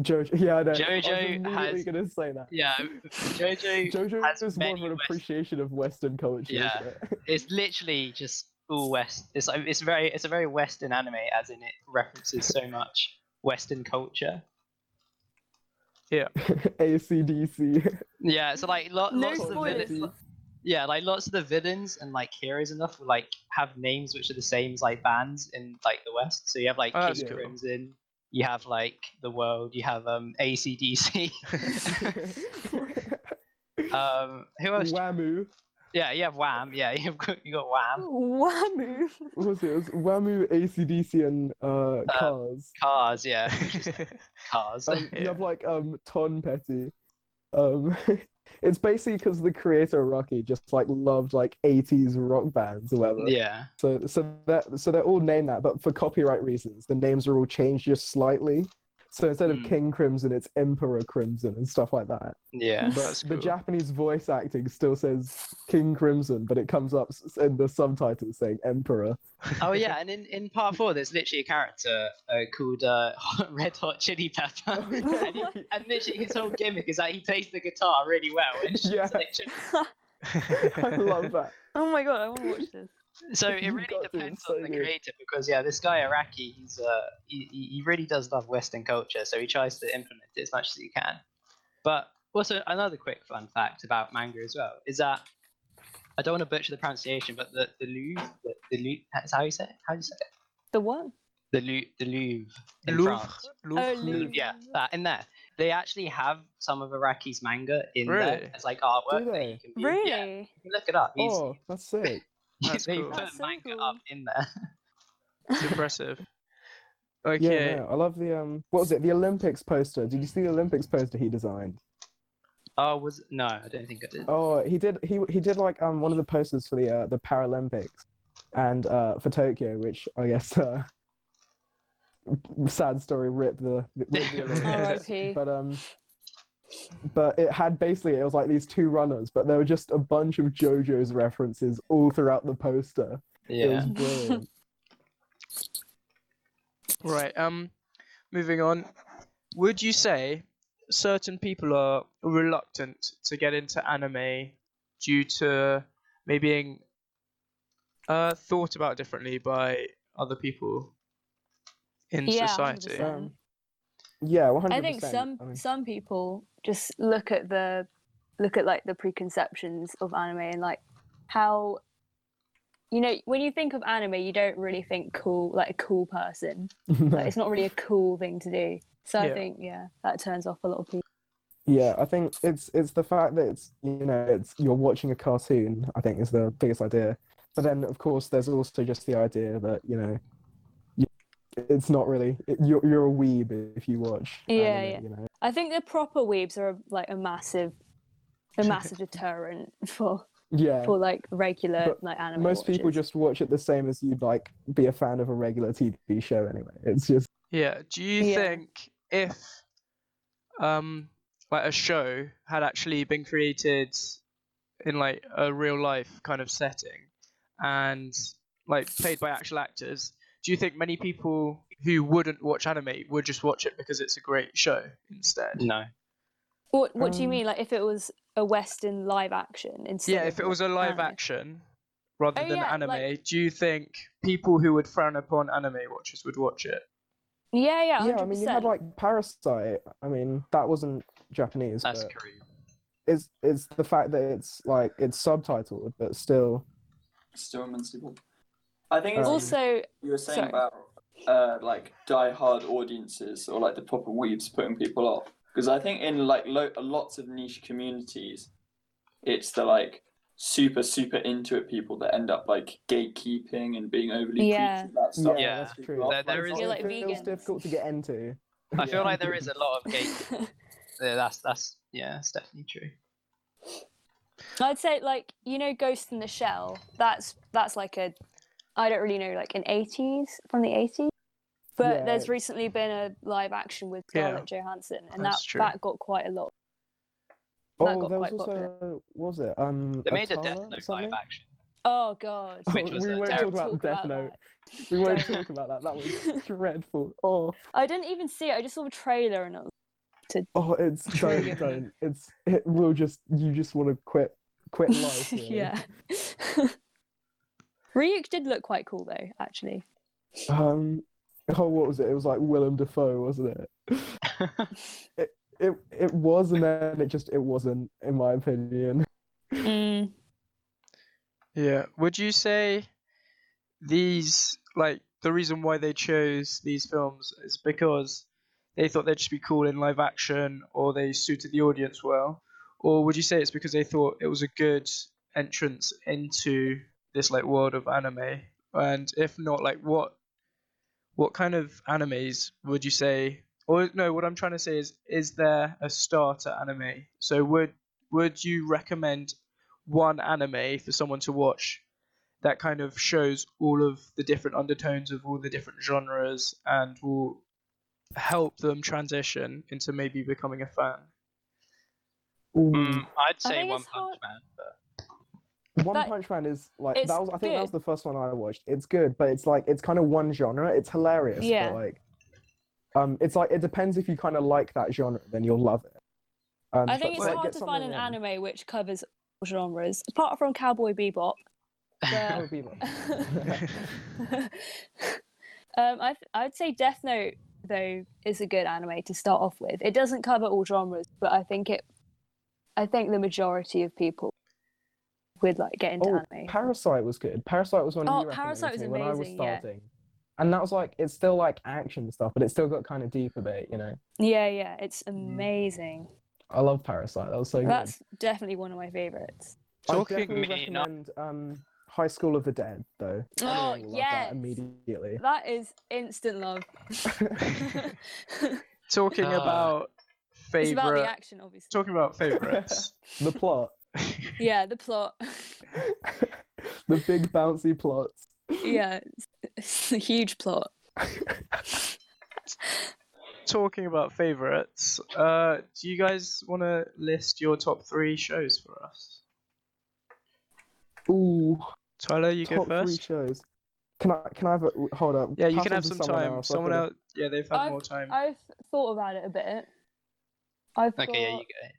[SPEAKER 4] Jojo. Um, Yeah, I know. I was
[SPEAKER 3] Jojo
[SPEAKER 4] immediately
[SPEAKER 3] has-
[SPEAKER 4] gonna say that.
[SPEAKER 3] Yeah, Jojo
[SPEAKER 4] Jojo
[SPEAKER 3] has
[SPEAKER 4] is more of
[SPEAKER 3] many
[SPEAKER 4] an
[SPEAKER 3] West-
[SPEAKER 4] appreciation of Western culture.
[SPEAKER 3] Yeah.
[SPEAKER 4] Isn't it?
[SPEAKER 3] it's literally just all west. It's like it's very it's a very Western anime, as in it references so much Western culture.
[SPEAKER 4] ACDC.
[SPEAKER 3] Yeah, so like lo-
[SPEAKER 5] No
[SPEAKER 3] lots of the
[SPEAKER 5] spoilers.
[SPEAKER 3] villains. Yeah, like lots of the villains and like heroes enough will like have names which are the same as like bands in like the West. So you have like
[SPEAKER 1] Oh, that's
[SPEAKER 3] King
[SPEAKER 1] cool.
[SPEAKER 3] Crimson, you have like the World, you have um ACDC. um, who else?
[SPEAKER 4] Wamu.
[SPEAKER 3] Yeah, you have Wham. Yeah, you've got you got Wham.
[SPEAKER 5] Wahoo.
[SPEAKER 4] What was it? It was Wamu, ACDC, and uh, Cars.
[SPEAKER 3] Cars. Yeah, Cars.
[SPEAKER 4] Um, You
[SPEAKER 1] yeah.
[SPEAKER 4] have like um Ton Petty. Um, it's basically because the creator of Rocky just like loved like 80s rock bands or whatever.
[SPEAKER 3] yeah.
[SPEAKER 4] So so that so they're all named that, but for copyright reasons, the names are all changed just slightly. So instead of
[SPEAKER 1] Hmm.
[SPEAKER 3] Mm.
[SPEAKER 4] King Crimson, it's Emperor Crimson and stuff like that.
[SPEAKER 3] Yeah.
[SPEAKER 4] But
[SPEAKER 1] That's
[SPEAKER 4] the
[SPEAKER 1] cool.
[SPEAKER 4] Japanese voice acting still says King Crimson, but it comes up s- in the subtitles saying Emperor.
[SPEAKER 3] Oh yeah, and in, in part four, there's literally a character uh, called uh, Red Hot Chili Pepper, and, he- and literally his whole gimmick is that he plays the guitar really well. And it's just
[SPEAKER 4] Yeah.
[SPEAKER 3] like-
[SPEAKER 4] I love that.
[SPEAKER 5] Oh my god, I want to watch this.
[SPEAKER 3] so it
[SPEAKER 4] You
[SPEAKER 3] really
[SPEAKER 4] got to,
[SPEAKER 3] depends
[SPEAKER 4] it's
[SPEAKER 3] on
[SPEAKER 4] so
[SPEAKER 3] the
[SPEAKER 4] good.
[SPEAKER 3] creator because yeah, this guy Araki, he's uh, he, he he really does love Western culture, so he tries to implement it as much as he can. But also another quick fun fact about manga as well is that I don't want to butcher the pronunciation, but the the Louvre, the, the Louvre, that's how you say it. How do you say it?
[SPEAKER 5] The what?
[SPEAKER 3] The Louvre, the Louvre in France.
[SPEAKER 5] Oh,
[SPEAKER 3] Lou-
[SPEAKER 5] Lou-
[SPEAKER 3] Mm, yeah, that in there. They actually have some of Araki's manga in
[SPEAKER 1] Really?
[SPEAKER 3] there as like artwork.
[SPEAKER 4] Do
[SPEAKER 3] that
[SPEAKER 4] they?
[SPEAKER 3] you can view.
[SPEAKER 5] Really?
[SPEAKER 3] Yeah, you can look it up. He's,
[SPEAKER 4] Oh, that's sick.
[SPEAKER 1] that's
[SPEAKER 3] they
[SPEAKER 1] cool.
[SPEAKER 3] put
[SPEAKER 5] That's so
[SPEAKER 3] manga
[SPEAKER 5] cool.
[SPEAKER 3] up in there.
[SPEAKER 1] It's impressive. Okay.
[SPEAKER 4] Yeah, no, I love the um. What was it? The Olympics poster. Did you see the Olympics poster he designed?
[SPEAKER 3] Oh, was no, I don't think I did.
[SPEAKER 4] Oh, he did. He he did like um one of the posters for the uh, the Paralympics, and uh for Tokyo, which I guess uh, sad story. Rip the. rip
[SPEAKER 5] Oh,
[SPEAKER 4] the Olympics.
[SPEAKER 5] R.I.P.
[SPEAKER 4] but um but it had basically it was like these two runners but there were just a bunch of jojo's references all throughout the poster it
[SPEAKER 3] Yeah.
[SPEAKER 4] was brilliant
[SPEAKER 1] Right. Um, moving on. Would you say certain people are reluctant to get into anime due to maybe being uh, thought about differently by other people in
[SPEAKER 5] Yeah,
[SPEAKER 1] society?
[SPEAKER 5] 100%.
[SPEAKER 4] um, yeah 100%
[SPEAKER 5] I think some
[SPEAKER 4] I mean,
[SPEAKER 5] some people just look at the look at like the preconceptions of anime and like how you know when you think of anime you don't really think cool like a cool person like, it's not really a cool thing to do so
[SPEAKER 1] Yeah.
[SPEAKER 5] i think yeah that turns off a lot of people
[SPEAKER 4] yeah i think it's it's the fact that it's you know it's you're watching a cartoon i think is the biggest idea but then of course there's also just the idea that you know you, it's not really it, you're, you're a weeb if you watch
[SPEAKER 5] Yeah,
[SPEAKER 4] anime,
[SPEAKER 5] yeah.
[SPEAKER 4] you know
[SPEAKER 5] i think the proper weebs are like a massive a massive deterrent for
[SPEAKER 4] yeah
[SPEAKER 5] for like regular
[SPEAKER 4] But
[SPEAKER 5] like anime
[SPEAKER 4] most people
[SPEAKER 5] watchers.
[SPEAKER 4] just watch it the same as you'd like be a fan of a regular TV show anyway. It's just
[SPEAKER 1] Yeah. Do you
[SPEAKER 5] Yeah.
[SPEAKER 1] think if um like a show had actually been created in like a real life kind of setting and like played by actual actors, do you think many people who wouldn't watch anime would just watch it because it's a great show instead.
[SPEAKER 3] No.
[SPEAKER 5] What What do you
[SPEAKER 4] Um,
[SPEAKER 5] mean? Like if it was a Western live action instead?
[SPEAKER 1] Yeah,
[SPEAKER 5] of
[SPEAKER 1] if it was a live
[SPEAKER 5] anime?
[SPEAKER 1] action rather
[SPEAKER 5] Um, Oh,
[SPEAKER 1] than
[SPEAKER 5] yeah,
[SPEAKER 1] anime,
[SPEAKER 5] like-
[SPEAKER 1] do you think people who would frown upon anime watchers would watch it?
[SPEAKER 5] Yeah, yeah,
[SPEAKER 4] yeah, I mean, you had
[SPEAKER 5] 100%.
[SPEAKER 4] like Parasite. I mean, that wasn't Japanese.
[SPEAKER 3] That's
[SPEAKER 4] but
[SPEAKER 3] Korean.
[SPEAKER 4] it's it's the fact that it's like it's subtitled, but still.
[SPEAKER 2] Still invincible. I think it's
[SPEAKER 5] Uh,
[SPEAKER 4] Um,
[SPEAKER 5] also
[SPEAKER 2] you were saying
[SPEAKER 5] sorry.
[SPEAKER 2] about uh, like die-hard audiences or like the proper weebs putting people off because I think in like lo- lots of niche communities, it's the like super super into it people that end up like gatekeeping and being overly
[SPEAKER 5] Yeah.
[SPEAKER 2] preachy about stuff.
[SPEAKER 3] Yeah,
[SPEAKER 4] that's
[SPEAKER 2] People
[SPEAKER 4] true.
[SPEAKER 2] off.
[SPEAKER 3] There- there
[SPEAKER 4] It
[SPEAKER 3] is-
[SPEAKER 5] You're like
[SPEAKER 4] feels
[SPEAKER 5] vegans.
[SPEAKER 4] difficult to get into.
[SPEAKER 3] I feel like there is a lot of gate.
[SPEAKER 5] I'd
[SPEAKER 3] yeah, that's that's yeah, that's definitely true.
[SPEAKER 5] say like you know Ghost in the Shell. That's that's like a I don't really know like an 80s from the 80s. But
[SPEAKER 4] Yeah,
[SPEAKER 5] there's
[SPEAKER 4] it's-
[SPEAKER 5] recently been a live action with Scarlett Johansson, and that
[SPEAKER 1] that's true.
[SPEAKER 5] that got quite a lot. That
[SPEAKER 4] Oh,
[SPEAKER 5] got
[SPEAKER 4] there was
[SPEAKER 5] quite
[SPEAKER 4] also
[SPEAKER 5] popular.
[SPEAKER 4] what was it um?
[SPEAKER 3] They made a
[SPEAKER 4] Atala
[SPEAKER 3] Death
[SPEAKER 4] or
[SPEAKER 3] Note live
[SPEAKER 4] something?
[SPEAKER 3] action.
[SPEAKER 5] Oh god.
[SPEAKER 3] which
[SPEAKER 4] Oh,
[SPEAKER 3] was
[SPEAKER 4] we
[SPEAKER 3] a
[SPEAKER 4] won't
[SPEAKER 5] Don't
[SPEAKER 4] talk
[SPEAKER 3] terrible-
[SPEAKER 4] about
[SPEAKER 5] talk
[SPEAKER 4] Death
[SPEAKER 5] about
[SPEAKER 4] Note.
[SPEAKER 5] that.
[SPEAKER 4] We won't
[SPEAKER 5] Don't.
[SPEAKER 4] talk about that. That was dreadful. Oh,
[SPEAKER 5] I didn't even see it. I just saw the trailer and I was
[SPEAKER 4] oh, it's
[SPEAKER 5] Trigger me.
[SPEAKER 4] don't don't. It's it will just you just want to quit quit life. really.
[SPEAKER 5] yeah. Ryuk did look quite cool though, actually.
[SPEAKER 4] Um. Oh, what was it? It was like Willem Dafoe, wasn't it? It it was, and then it just it wasn't, in my opinion.
[SPEAKER 3] Mm.
[SPEAKER 1] Yeah. Would you say these like the reason why they chose these films is because they thought they'd just be cool in live action or they suited the audience well? Or would you say it's because they thought it was a good entrance into this like world of anime? And if not, like what what kind of animes would you say or no, what I'm trying to say is is there a starter anime? So would would you recommend one anime for someone to watch that kind of shows all of the different undertones of all the different genres and will help them transition into maybe becoming a fan.
[SPEAKER 4] Ooh,
[SPEAKER 3] Mm, I'd say
[SPEAKER 5] think
[SPEAKER 3] One
[SPEAKER 5] it's
[SPEAKER 3] Punch
[SPEAKER 5] hard-
[SPEAKER 3] Man, but
[SPEAKER 4] One
[SPEAKER 5] that-
[SPEAKER 4] Punch Man is like
[SPEAKER 5] it's
[SPEAKER 4] that was. I think that was
[SPEAKER 5] good.
[SPEAKER 4] the first one I watched. It's good, but it's like it's kind of one genre. It's hilarious.
[SPEAKER 5] Yeah.
[SPEAKER 4] But like, um, it's like it depends if you kind of like that genre, then you'll love it. Um,
[SPEAKER 5] I think it's
[SPEAKER 4] but like,
[SPEAKER 5] hard
[SPEAKER 4] get
[SPEAKER 5] to find an
[SPEAKER 4] something in.
[SPEAKER 5] anime which covers all genres, apart from Cowboy Bebop.
[SPEAKER 4] That
[SPEAKER 5] where-
[SPEAKER 4] would be like-
[SPEAKER 5] um, I th- I'd say Death Note though is a good anime to start off with. It doesn't cover all genres, but I think it, I think the majority of people would like get into
[SPEAKER 4] Oh,
[SPEAKER 5] anime.
[SPEAKER 4] Parasite was good. Parasite was one
[SPEAKER 5] Oh,
[SPEAKER 4] you
[SPEAKER 5] Parasite was
[SPEAKER 4] recommended to me when I was
[SPEAKER 5] amazing, yeah.
[SPEAKER 4] starting, and that was like it's still like action stuff, but it still got kind of deep a bit. You know,
[SPEAKER 5] yeah, yeah, it's amazing.
[SPEAKER 4] I love Parasite. That was so good.
[SPEAKER 5] That's definitely one of my favorites.
[SPEAKER 4] I
[SPEAKER 1] Talking
[SPEAKER 4] definitely
[SPEAKER 3] me not-
[SPEAKER 4] recommend um, High School of the Dead though.
[SPEAKER 5] Oh,
[SPEAKER 4] Everyone will love
[SPEAKER 5] yes.
[SPEAKER 4] that immediately.
[SPEAKER 5] That is instant love.
[SPEAKER 1] Talking
[SPEAKER 3] Ah.
[SPEAKER 1] about
[SPEAKER 5] it's about the
[SPEAKER 1] favorite
[SPEAKER 5] action, obviously.
[SPEAKER 1] talking about favorites.
[SPEAKER 4] the plot,
[SPEAKER 5] Yeah, the plot.
[SPEAKER 4] the big bouncy plots.
[SPEAKER 5] yeah, it's, it's a huge plot.
[SPEAKER 1] talking about favorites, uh do you guys want to list your top 3 shows for us?
[SPEAKER 4] Ooh,
[SPEAKER 1] Tyler, you go
[SPEAKER 4] top three
[SPEAKER 1] first.
[SPEAKER 4] shows. Can I? Can I have a hold up?
[SPEAKER 1] Yeah, you
[SPEAKER 4] pass
[SPEAKER 1] can
[SPEAKER 4] on
[SPEAKER 1] have
[SPEAKER 4] to
[SPEAKER 1] some
[SPEAKER 4] someone
[SPEAKER 1] time.
[SPEAKER 4] Else. I've
[SPEAKER 1] Someone
[SPEAKER 4] gotta-
[SPEAKER 1] else, yeah, they've had
[SPEAKER 5] I've-
[SPEAKER 1] more time.
[SPEAKER 5] I've thought about it a bit. I've
[SPEAKER 3] okay, yeah, you
[SPEAKER 5] got-
[SPEAKER 3] go.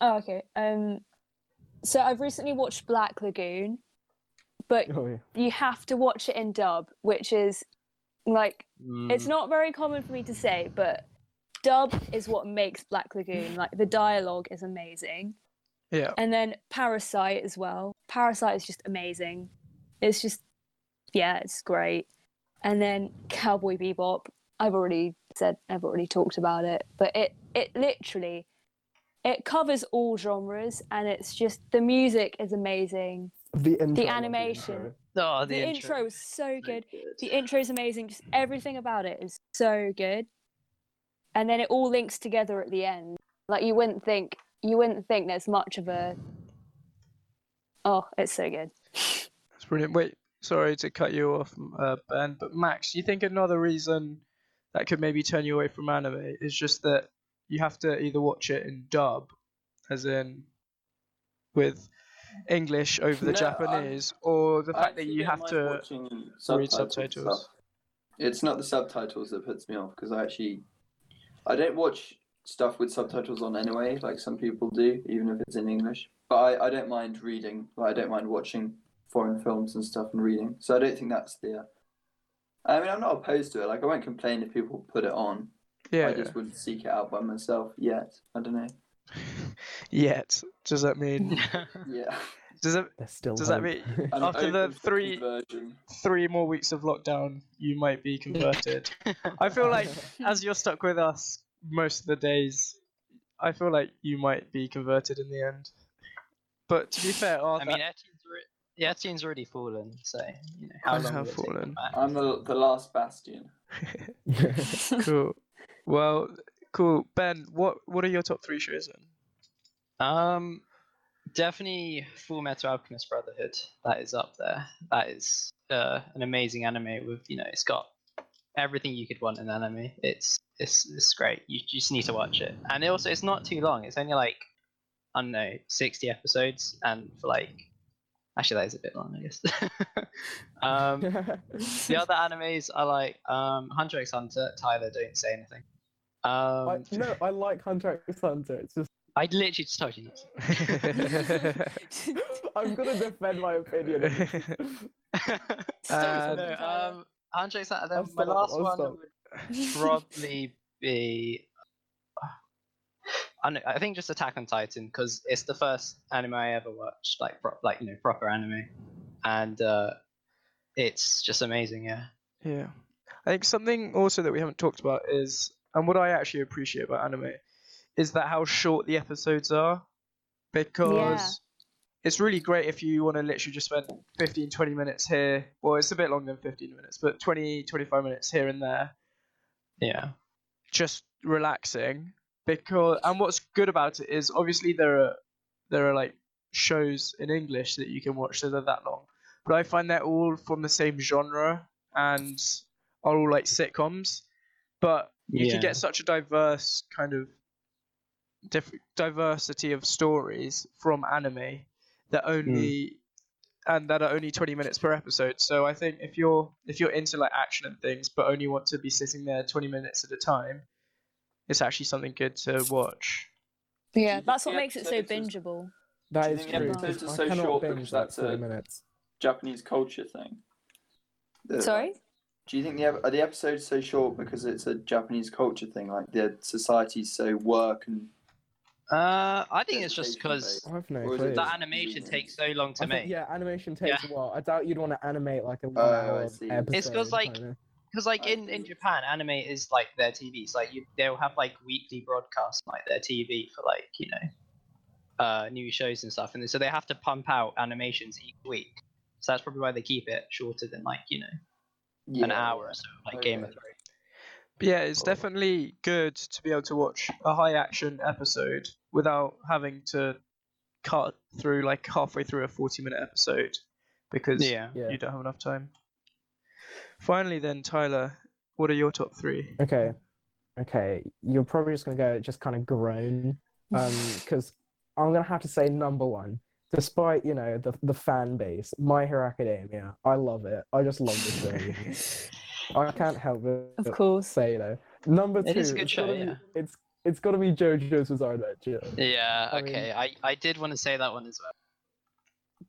[SPEAKER 5] Oh, okay. Um, so I've recently watched Black Lagoon, but
[SPEAKER 4] Oh, yeah.
[SPEAKER 5] you have to watch it in dub, which is like it's
[SPEAKER 3] Mm,
[SPEAKER 5] not very common for me to say, but dub is what makes Black Lagoon. Like the dialogue is amazing,
[SPEAKER 1] yeah.
[SPEAKER 5] and then Parasite as well. Parasite is just amazing. It's just yeah, it's great. And then Cowboy Bebop. I've already said I've already talked about it, but it it literally it covers all genres and it's just the music is amazing.
[SPEAKER 4] The intro. I love
[SPEAKER 5] animation.
[SPEAKER 4] intro.
[SPEAKER 3] Oh, the,
[SPEAKER 5] The, intro, is so
[SPEAKER 3] so
[SPEAKER 5] good. The intro is amazing. Just everything about it is so good. And then it all links together at the end. Like you wouldn't think you wouldn't think there's much of a Oh, it's so good.
[SPEAKER 1] That's brilliant. Wait, sorry to cut you off, m- uh, Ben, but Max, do you think another reason that could maybe turn you away from anime is just that you have to either watch it in dub, as in with English over the
[SPEAKER 2] No, I'm-
[SPEAKER 1] Japanese, or the
[SPEAKER 2] I
[SPEAKER 1] fact that
[SPEAKER 2] actually
[SPEAKER 1] you
[SPEAKER 2] don't
[SPEAKER 1] have
[SPEAKER 2] mind
[SPEAKER 1] to.
[SPEAKER 2] watching
[SPEAKER 1] read
[SPEAKER 2] subtitles and
[SPEAKER 1] subtitles.
[SPEAKER 2] stuff. It's not the subtitles that puts me off because I actually I don't watch stuff with subtitles on anyway, like some people do, even if it's in English. But I, I don't mind reading. Like, I don't mind watching foreign films and stuff and reading. So I don't think that's the. Uh, I mean, I'm not opposed to it. Like, I won't complain if people put it on.
[SPEAKER 1] Yeah.
[SPEAKER 2] I just wouldn't seek it out by myself yet. I don't know.
[SPEAKER 1] Yet. Does that mean?
[SPEAKER 2] Yeah.
[SPEAKER 1] Does it,
[SPEAKER 4] There's still
[SPEAKER 1] Does that
[SPEAKER 4] hope.
[SPEAKER 2] I'm
[SPEAKER 1] After the
[SPEAKER 2] open for
[SPEAKER 1] three-
[SPEAKER 2] conversion.
[SPEAKER 1] three more weeks of lockdown, you might be converted. I feel like as you're stuck with us most of the days, I feel like you might be converted in the end. But to be fair,
[SPEAKER 3] I
[SPEAKER 1] Arthur,
[SPEAKER 3] mean, Etienne's, alre- yeah, Etienne's already fallen, so you know how
[SPEAKER 1] I
[SPEAKER 3] long
[SPEAKER 1] have
[SPEAKER 3] will it take him
[SPEAKER 1] fallen.
[SPEAKER 3] back?
[SPEAKER 2] I'm the, the last bastion.
[SPEAKER 1] cool. Well, cool. Ben, what what are your top three shows then?
[SPEAKER 3] Um, definitely Full Metal Alchemist Brotherhood. That is up there. That is uh, an amazing anime with you know it's got everything you could want in an anime. It's it's it's great. You just need to watch it. And it also it's not too long. It's only like I don't know sixty episodes, and for like actually that is a bit long, I guess. um, the other animes are like um, Hunter x Hunter. Tyler, don't say anything.
[SPEAKER 4] I,
[SPEAKER 3] Um,
[SPEAKER 4] no, I like Hunter x Hunter. It's just
[SPEAKER 3] I literally just told you not to.
[SPEAKER 4] I'm gonna defend my opinion. on this.
[SPEAKER 1] Uh,
[SPEAKER 3] no, um, Andre sat there.
[SPEAKER 4] I'll
[SPEAKER 3] My
[SPEAKER 4] stop,
[SPEAKER 3] last
[SPEAKER 4] I'll
[SPEAKER 3] one
[SPEAKER 4] stop.
[SPEAKER 3] would probably be. I, don't know, I think just Attack on Titan because it's the first anime I ever watched, like pro- like you know proper anime, and uh, it's just amazing. Yeah.
[SPEAKER 1] Yeah. I think something also that we haven't talked about is, and what I actually appreciate about anime, is that how short the episodes are. Because it's really great if you want to literally just spend 15, 20 minutes here. Well, it's a bit longer than 15 minutes, but 20, 25 minutes here and there,
[SPEAKER 3] Yeah.
[SPEAKER 1] just relaxing. Because and what's good about it is obviously there are there are like shows in English that you can watch that are that long, but I find they're all from the same genre and are all like sitcoms, but you
[SPEAKER 3] yeah.
[SPEAKER 1] can get such a diverse kind of diff- diversity of stories from anime that only and that are only 20 minutes per episode so i think if you're if you're into like action and things but only want to be sitting there 20 minutes at a time it's actually something good to watch
[SPEAKER 2] Yeah,
[SPEAKER 5] yeah, that's what
[SPEAKER 2] yeah,
[SPEAKER 5] makes it
[SPEAKER 2] so
[SPEAKER 5] so
[SPEAKER 2] it's just-
[SPEAKER 5] bingeable.
[SPEAKER 4] That
[SPEAKER 2] Do you
[SPEAKER 4] is
[SPEAKER 2] think the
[SPEAKER 4] true.
[SPEAKER 5] episodes
[SPEAKER 4] because
[SPEAKER 2] are
[SPEAKER 4] I
[SPEAKER 2] so
[SPEAKER 4] cannot
[SPEAKER 2] short
[SPEAKER 4] binge
[SPEAKER 2] because
[SPEAKER 4] like
[SPEAKER 2] that's
[SPEAKER 4] 30
[SPEAKER 2] a-
[SPEAKER 4] minutes.
[SPEAKER 2] Japanese culture thing. The-
[SPEAKER 5] Sorry.
[SPEAKER 2] Do you think the ep- are the episodes so short because it's a Japanese culture thing? Like their society's so work and
[SPEAKER 3] Uh, I think it's just because
[SPEAKER 2] Presentation based.
[SPEAKER 4] I have no
[SPEAKER 2] Or is it
[SPEAKER 4] clue.
[SPEAKER 2] that
[SPEAKER 3] that animation
[SPEAKER 2] Mm.
[SPEAKER 3] takes so long to
[SPEAKER 4] I think,
[SPEAKER 3] make.
[SPEAKER 4] yeah, animation takes a while. I doubt you'd want to animate like a one
[SPEAKER 2] Oh, I
[SPEAKER 4] hour
[SPEAKER 2] see.
[SPEAKER 4] episode.
[SPEAKER 3] It's 'cause, like,
[SPEAKER 4] kinda.
[SPEAKER 3] Because like
[SPEAKER 2] I
[SPEAKER 3] in, in
[SPEAKER 2] see.
[SPEAKER 3] Japan, anime is like their TV. So like you, they'll have like weekly broadcasts on, like their TV for like you know, uh, new shows and stuff. And so they have to pump out animations each week. So that's probably why they keep it shorter than like you know
[SPEAKER 2] yeah,
[SPEAKER 3] an hour or so, like Game of
[SPEAKER 2] Okay.
[SPEAKER 3] Thrones.
[SPEAKER 1] but yeah it's
[SPEAKER 3] Oh.
[SPEAKER 1] definitely good to be able to watch a high action episode without having to cut through like halfway through a 40 minute episode because
[SPEAKER 3] Yeah.
[SPEAKER 4] Yeah.
[SPEAKER 1] you don't have enough time. Finally, then Tyler, what are your top three?
[SPEAKER 4] Okay. Okay. You're probably just gonna go just kind of groan. Um, because I'm gonna have to say number one. Despite, you know, the the fan base, My Hero Academia. I love it. I just love this thing. I can't help it.
[SPEAKER 5] Of course.
[SPEAKER 4] Say though. Number two.
[SPEAKER 3] It is a good
[SPEAKER 4] it's
[SPEAKER 3] show,
[SPEAKER 4] gotta
[SPEAKER 3] yeah.
[SPEAKER 4] Be, it's it's gotta be JoJo's Bizarre Adventure.
[SPEAKER 3] Yeah.
[SPEAKER 4] I
[SPEAKER 3] Okay. I, I, did want to say that one as well.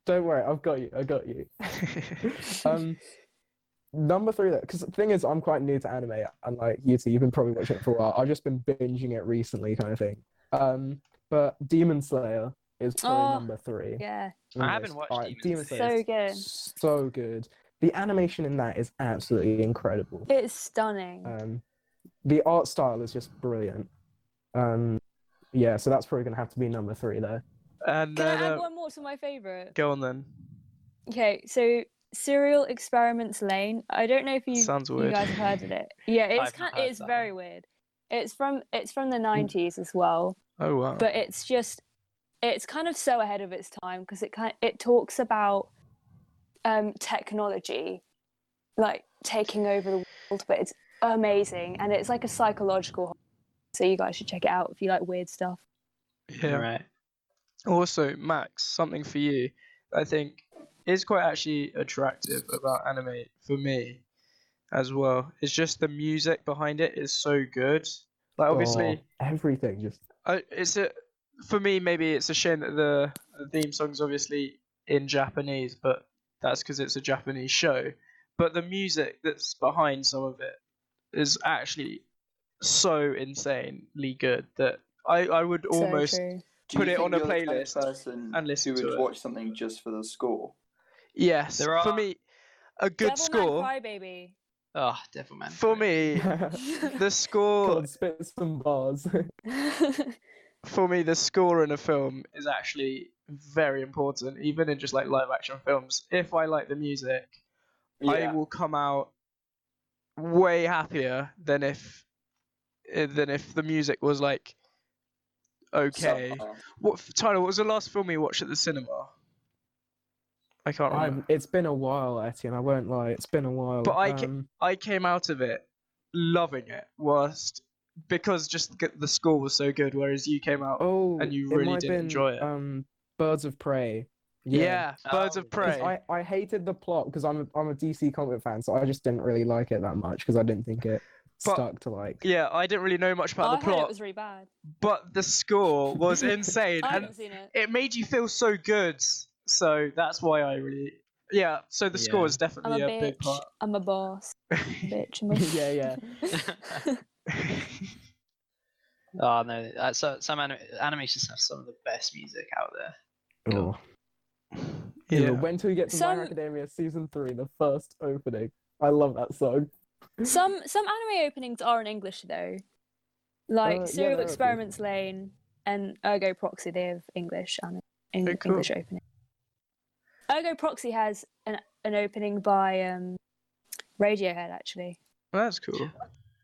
[SPEAKER 4] Don't worry, I've got you. I got you. um, number three, though, because the thing is, I'm quite new to anime. Unlike you two, you've been probably watching it for a while. I've just been binging it recently, kind of thing. Um, but Demon Slayer is probably
[SPEAKER 5] Oh,
[SPEAKER 4] number three.
[SPEAKER 5] Yeah.
[SPEAKER 4] on the
[SPEAKER 3] I haven't
[SPEAKER 4] list.
[SPEAKER 3] watched
[SPEAKER 4] Alright,
[SPEAKER 3] Demon Slayer.
[SPEAKER 5] So
[SPEAKER 4] is
[SPEAKER 5] good.
[SPEAKER 4] so good. The animation in that is absolutely incredible.
[SPEAKER 5] It's stunning.
[SPEAKER 4] Um, the art style is just brilliant. Um, yeah, so that's probably gonna have to be number three, though.
[SPEAKER 1] And
[SPEAKER 5] Can
[SPEAKER 1] then,
[SPEAKER 5] I add
[SPEAKER 1] uh,
[SPEAKER 5] one more to my favorite?
[SPEAKER 1] go on then.
[SPEAKER 5] Okay, so Serial Experiments Lane. I don't know if you
[SPEAKER 1] Sounds
[SPEAKER 5] you
[SPEAKER 1] weird.
[SPEAKER 5] guys have heard of it. Yeah, it's
[SPEAKER 3] I've not
[SPEAKER 5] kind,
[SPEAKER 3] heard
[SPEAKER 5] it's
[SPEAKER 3] that
[SPEAKER 5] very weird. It's from it's from
[SPEAKER 1] Hmm.
[SPEAKER 5] the 90s as well,
[SPEAKER 1] Oh wow.
[SPEAKER 5] but it's just it's kind of so ahead of its time because it kind it talks about um technology like taking over the world, but it's amazing and it's like a psychological horror. so you guys should check it out if you like weird stuff.
[SPEAKER 1] yeah.
[SPEAKER 3] Right.
[SPEAKER 1] Also, Max, something for you. that I think is quite actually attractive about anime for me as well. It's just the music behind it is so good. Like obviously,
[SPEAKER 4] Oh, everything just
[SPEAKER 1] I, it's a for me maybe it's a shame that the, the theme song's obviously in Japanese, but that's because it's a Japanese show. But the music that's behind some of it is actually so insanely good that I, I would almost
[SPEAKER 6] true.
[SPEAKER 2] Do you
[SPEAKER 1] Put it
[SPEAKER 2] think
[SPEAKER 1] on a
[SPEAKER 2] you're the kind of
[SPEAKER 1] playlist
[SPEAKER 2] person
[SPEAKER 1] and listen
[SPEAKER 2] who
[SPEAKER 1] to
[SPEAKER 2] would
[SPEAKER 1] it.
[SPEAKER 2] watch something just for the score.
[SPEAKER 1] yes
[SPEAKER 3] There
[SPEAKER 1] for
[SPEAKER 3] are-
[SPEAKER 1] me a good
[SPEAKER 6] Devilman
[SPEAKER 1] score
[SPEAKER 6] Crybaby.
[SPEAKER 3] Oh, Devilman.
[SPEAKER 1] for me the score
[SPEAKER 4] God, spit some bars.
[SPEAKER 1] for me, the score in a film is actually very important, even in just like live action films. If I like the music, I
[SPEAKER 2] Yeah.
[SPEAKER 1] will come out way happier than if eh, than if the music was like okay.
[SPEAKER 2] Somehow.
[SPEAKER 1] What Tyler? What was the last film we watched at the cinema? I can't remember.
[SPEAKER 4] I'm, it's been a while, Etty, and I won't lie. It's been a while.
[SPEAKER 1] But I ca-
[SPEAKER 4] Um,
[SPEAKER 1] I came out of it loving it, whilst because just g- the score was so good. Whereas you came out,
[SPEAKER 4] oh,
[SPEAKER 1] and you
[SPEAKER 4] it
[SPEAKER 1] really
[SPEAKER 4] might have
[SPEAKER 1] didn't
[SPEAKER 4] been,
[SPEAKER 1] enjoy it.
[SPEAKER 4] Um, Birds of Prey.
[SPEAKER 1] yeah, Birds
[SPEAKER 3] Oh,
[SPEAKER 1] of
[SPEAKER 4] 'Cause
[SPEAKER 1] Prey.
[SPEAKER 4] I, I hated the plot because I'm a, I'm a DC comic fan, so I just didn't really like it that much because I didn't think it
[SPEAKER 1] But-
[SPEAKER 4] stuck to like.
[SPEAKER 1] Yeah, I didn't really know much about
[SPEAKER 6] I
[SPEAKER 1] the
[SPEAKER 6] heard
[SPEAKER 1] plot,
[SPEAKER 6] it was really bad.
[SPEAKER 1] but the score was insane,
[SPEAKER 6] I
[SPEAKER 1] and
[SPEAKER 6] haven't seen it.
[SPEAKER 1] it made you feel so good. So that's why I really, yeah. So the score
[SPEAKER 3] Yeah.
[SPEAKER 1] is
[SPEAKER 6] I'm
[SPEAKER 1] definitely
[SPEAKER 6] a
[SPEAKER 1] a, big
[SPEAKER 6] bitch.
[SPEAKER 1] part.
[SPEAKER 6] I'm a boss. bitch. I'm a
[SPEAKER 4] yeah, yeah.
[SPEAKER 3] Oh no, uh, so, some anim- animations have some of the best music out there.
[SPEAKER 4] Oh.
[SPEAKER 1] yeah.
[SPEAKER 4] Yeah. When till we get to
[SPEAKER 6] Some-
[SPEAKER 4] My Hero Academia season three, the first opening. I love that song.
[SPEAKER 6] Some some anime openings are in English though, like
[SPEAKER 4] Uh, yeah,
[SPEAKER 6] Serial
[SPEAKER 4] there are a few.
[SPEAKER 6] Experiments Lane and Ergo Proxy. They have English and Eng-
[SPEAKER 1] Oh, cool.
[SPEAKER 6] English opening. Ergo Proxy has an an opening by um, Radiohead actually.
[SPEAKER 1] Well, that's cool.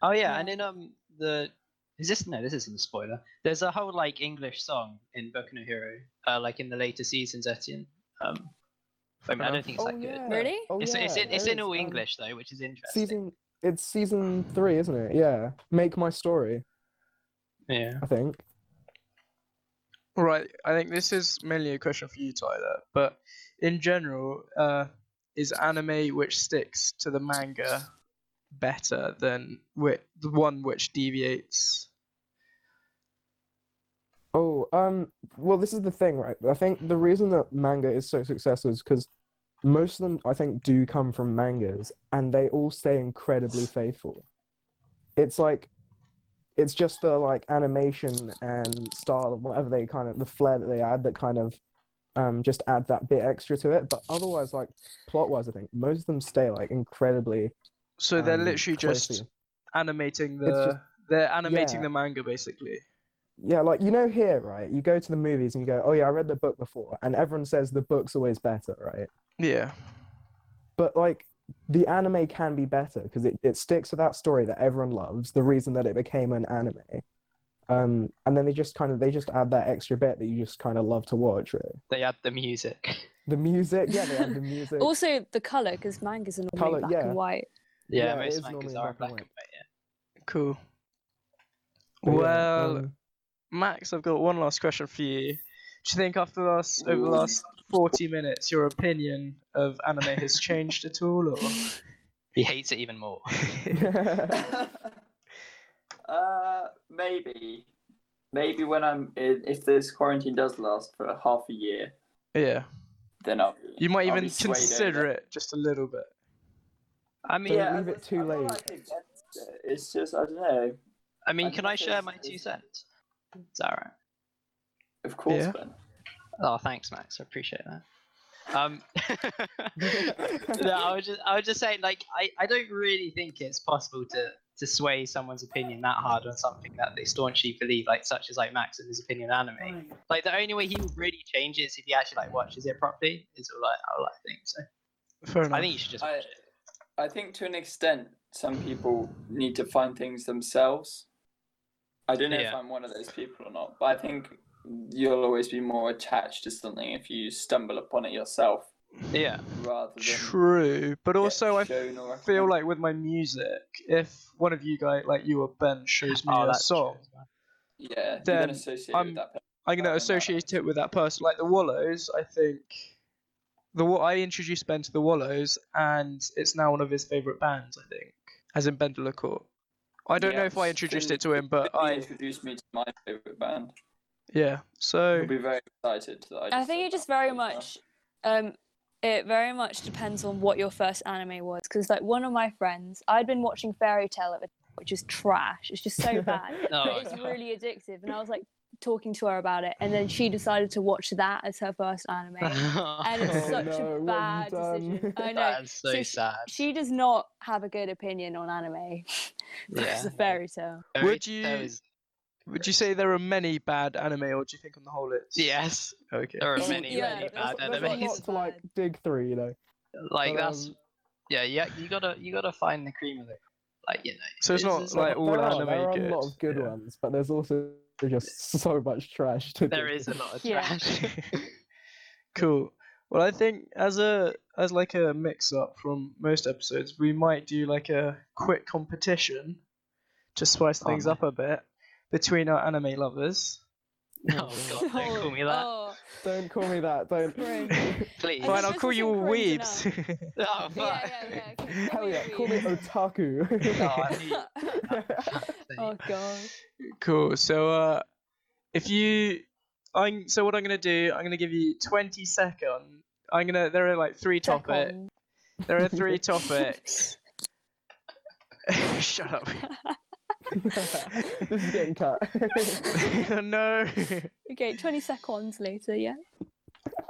[SPEAKER 3] Oh yeah,
[SPEAKER 6] Yeah.
[SPEAKER 3] and in um the is this no, this isn't a spoiler. There's a whole like English song in Boku no Hero, uh, like in the later seasons, Etienne. Um, I, mean, I don't think it's
[SPEAKER 4] oh,
[SPEAKER 3] that good.
[SPEAKER 4] yeah.
[SPEAKER 3] but
[SPEAKER 6] Really?
[SPEAKER 4] Oh,
[SPEAKER 3] It's,
[SPEAKER 4] yeah,
[SPEAKER 3] it's, in, it's
[SPEAKER 4] there
[SPEAKER 3] in
[SPEAKER 4] is,
[SPEAKER 3] all
[SPEAKER 4] um,
[SPEAKER 3] English though, which is interesting.
[SPEAKER 4] Season it's season three, isn't it? Yeah. Make my story,
[SPEAKER 3] Yeah.
[SPEAKER 4] I think.
[SPEAKER 1] Right. I think this is mainly a question for you, Tyler. But in general, uh, is anime which sticks to the manga better than which, the one which deviates?
[SPEAKER 4] Oh, um, well, this is the thing, right? I think the reason that manga is so successful is because most of them, I think, do come from mangas, and they all stay incredibly faithful. It's like, it's just the like animation and style and whatever they kind of the flair that they add that kind of, um, just add that bit extra to it. But otherwise, like plot-wise, I think most of them stay like incredibly,
[SPEAKER 1] So they're
[SPEAKER 4] um,
[SPEAKER 1] literally just
[SPEAKER 4] closely.
[SPEAKER 1] animating the
[SPEAKER 4] It's just-
[SPEAKER 1] they're animating
[SPEAKER 4] Yeah.
[SPEAKER 1] the manga basically.
[SPEAKER 4] Yeah, like you know here, right? You go to the movies and you go, "Oh yeah, I read the book before," and everyone says the book's always better, right?
[SPEAKER 1] Yeah.
[SPEAKER 4] but like the anime can be better because it, it sticks to that story that everyone loves the reason that it became an anime um and then they just kind of they just add that extra bit that you just kind of love to watch really
[SPEAKER 3] They add the music.
[SPEAKER 4] the music yeah they add the music
[SPEAKER 6] Also the color because mangas are normally
[SPEAKER 4] Colour,
[SPEAKER 6] black
[SPEAKER 4] yeah.
[SPEAKER 6] and white.
[SPEAKER 3] Yeah,
[SPEAKER 4] Yeah, it
[SPEAKER 3] most
[SPEAKER 4] is
[SPEAKER 3] mangas
[SPEAKER 4] normally
[SPEAKER 3] are
[SPEAKER 4] black and
[SPEAKER 3] black and
[SPEAKER 4] white.
[SPEAKER 3] white.
[SPEAKER 1] Cool.
[SPEAKER 4] But yeah,
[SPEAKER 1] well,
[SPEAKER 4] um,
[SPEAKER 1] Max, I've got one last question for you. Do you think after the last over the
[SPEAKER 2] Ooh.
[SPEAKER 1] last forty minutes, your opinion of anime has changed at all? Or
[SPEAKER 3] Yeah. He hates it even more.
[SPEAKER 4] Um,
[SPEAKER 2] uh, maybe, maybe when I'm i- if this quarantine does last for half a year,
[SPEAKER 1] yeah,
[SPEAKER 2] then I'll. Be,
[SPEAKER 1] you might
[SPEAKER 2] I'll
[SPEAKER 1] even
[SPEAKER 2] be swayed
[SPEAKER 1] consider
[SPEAKER 2] over.
[SPEAKER 1] it just a little bit.
[SPEAKER 3] I mean,
[SPEAKER 4] Don't Yeah. leave
[SPEAKER 2] I'm-
[SPEAKER 4] it too
[SPEAKER 2] I'm not,
[SPEAKER 4] late.
[SPEAKER 2] like, against it. It's just I don't know.
[SPEAKER 3] I mean,
[SPEAKER 2] I
[SPEAKER 3] can
[SPEAKER 2] think
[SPEAKER 3] I share
[SPEAKER 2] it's-
[SPEAKER 3] my two
[SPEAKER 2] it's-
[SPEAKER 3] cents? It's all right.
[SPEAKER 2] Of course,
[SPEAKER 1] Yeah.
[SPEAKER 2] Ben.
[SPEAKER 3] Oh, thanks, Max. I appreciate that. Um, no, I was just, I was just saying, like, I, I don't really think it's possible to, to sway someone's opinion that hard on something that they staunchly believe, like, such as like Max and his opinion on anime. Like, the only way he would really change it is if he actually like watches it properly. Is all I, all I think. So
[SPEAKER 1] Fair enough.
[SPEAKER 3] I think you should just
[SPEAKER 2] I-
[SPEAKER 3] watch it.
[SPEAKER 2] I think to an extent, some people need to find things themselves. I don't know if
[SPEAKER 3] Yeah.
[SPEAKER 2] I'm one of those people or not, but I think you'll always be more attached to something if you stumble upon it yourself
[SPEAKER 3] Yeah.
[SPEAKER 2] rather than
[SPEAKER 1] True, but
[SPEAKER 2] get
[SPEAKER 1] also I
[SPEAKER 2] shown or
[SPEAKER 1] feel
[SPEAKER 2] recommended.
[SPEAKER 1] like with my music, if one of you guys, like you or Ben, shows me
[SPEAKER 3] Oh,
[SPEAKER 1] a
[SPEAKER 3] that's true
[SPEAKER 1] song,
[SPEAKER 3] as well.
[SPEAKER 2] yeah, you
[SPEAKER 1] then
[SPEAKER 2] then associate
[SPEAKER 1] I'm-
[SPEAKER 2] with that.
[SPEAKER 1] I'm
[SPEAKER 2] I
[SPEAKER 1] gonna
[SPEAKER 2] don't know.
[SPEAKER 1] associate it with that person. Like the Wallows, I think the wa- I introduced Ben to the Wallows, and it's now one of his favourite bands, I think, as in Ben de la Cour. I don't know if I introduced it to him, but
[SPEAKER 2] He
[SPEAKER 1] I
[SPEAKER 2] introduced me to my favourite band.
[SPEAKER 1] yeah. So
[SPEAKER 2] I'll be very excited that I.
[SPEAKER 5] I think it just very much, um, it very much depends on what your first anime was. Because like one of my friends, I'd been watching Fairy Tale at the time, which is trash. It's just so bad,
[SPEAKER 4] Oh.
[SPEAKER 5] but
[SPEAKER 3] No,
[SPEAKER 5] it's really addictive. And I was like talking to her about it, and then she decided to watch that as her first anime, and it's
[SPEAKER 4] Oh,
[SPEAKER 5] such
[SPEAKER 4] no, what have
[SPEAKER 5] a
[SPEAKER 4] you
[SPEAKER 5] bad decision.
[SPEAKER 4] done?
[SPEAKER 5] I know.
[SPEAKER 3] That is so
[SPEAKER 5] So she-
[SPEAKER 3] sad.
[SPEAKER 5] She does not have a good opinion on anime.
[SPEAKER 3] Yeah.
[SPEAKER 5] it's a fairy tale.
[SPEAKER 3] Fairy
[SPEAKER 1] Would you-
[SPEAKER 3] Tale is-
[SPEAKER 1] would you say there are many bad anime, or do you think on the whole it's
[SPEAKER 3] Yes,
[SPEAKER 1] okay?
[SPEAKER 3] there are
[SPEAKER 5] Yeah,
[SPEAKER 3] many,
[SPEAKER 5] yeah,
[SPEAKER 3] many
[SPEAKER 5] that's-
[SPEAKER 3] bad
[SPEAKER 5] that's
[SPEAKER 4] not-
[SPEAKER 3] enemies.
[SPEAKER 4] not to like dig through, you know.
[SPEAKER 3] like
[SPEAKER 4] but,
[SPEAKER 3] that's
[SPEAKER 4] um,
[SPEAKER 3] yeah, yeah. You gotta you gotta find the cream of it. Like you know.
[SPEAKER 1] So it's
[SPEAKER 3] this
[SPEAKER 1] not
[SPEAKER 3] is-
[SPEAKER 1] like all
[SPEAKER 4] there are,
[SPEAKER 1] anime
[SPEAKER 4] there are
[SPEAKER 1] good.
[SPEAKER 4] a lot of good
[SPEAKER 1] yeah.
[SPEAKER 4] ones, but there's also just so much trash. To
[SPEAKER 3] there
[SPEAKER 4] dig
[SPEAKER 3] is a lot of
[SPEAKER 5] Yeah.
[SPEAKER 3] trash.
[SPEAKER 1] cool. Well, I think as a as like a mix up from most episodes, we might do like a quick competition to spice
[SPEAKER 3] Oh,
[SPEAKER 1] things
[SPEAKER 3] no.
[SPEAKER 1] up a bit between our anime lovers.
[SPEAKER 3] oh god, don't call me that.
[SPEAKER 5] Oh,
[SPEAKER 4] Don't call me that. Don't.
[SPEAKER 5] Right.
[SPEAKER 3] Please.
[SPEAKER 5] think
[SPEAKER 1] Fine, I'll
[SPEAKER 5] this
[SPEAKER 1] call
[SPEAKER 5] is
[SPEAKER 1] you all
[SPEAKER 5] encouraging
[SPEAKER 1] weebs.
[SPEAKER 3] Oh, fuck.
[SPEAKER 5] yeah, yeah, yeah. okay,
[SPEAKER 4] Hell
[SPEAKER 5] me
[SPEAKER 4] yeah,
[SPEAKER 5] the
[SPEAKER 4] call me
[SPEAKER 5] weeb.
[SPEAKER 4] otaku.
[SPEAKER 3] Oh, I hate-
[SPEAKER 5] oh god.
[SPEAKER 1] cool. So uh, if you, I'm so what I'm gonna do, I'm gonna give you 20 second. I'm gonna. There are like three topics.
[SPEAKER 5] Second.
[SPEAKER 1] There are three topics. Shut up.
[SPEAKER 4] this is getting cut.
[SPEAKER 1] no.
[SPEAKER 5] Okay, 20 seconds later, yeah.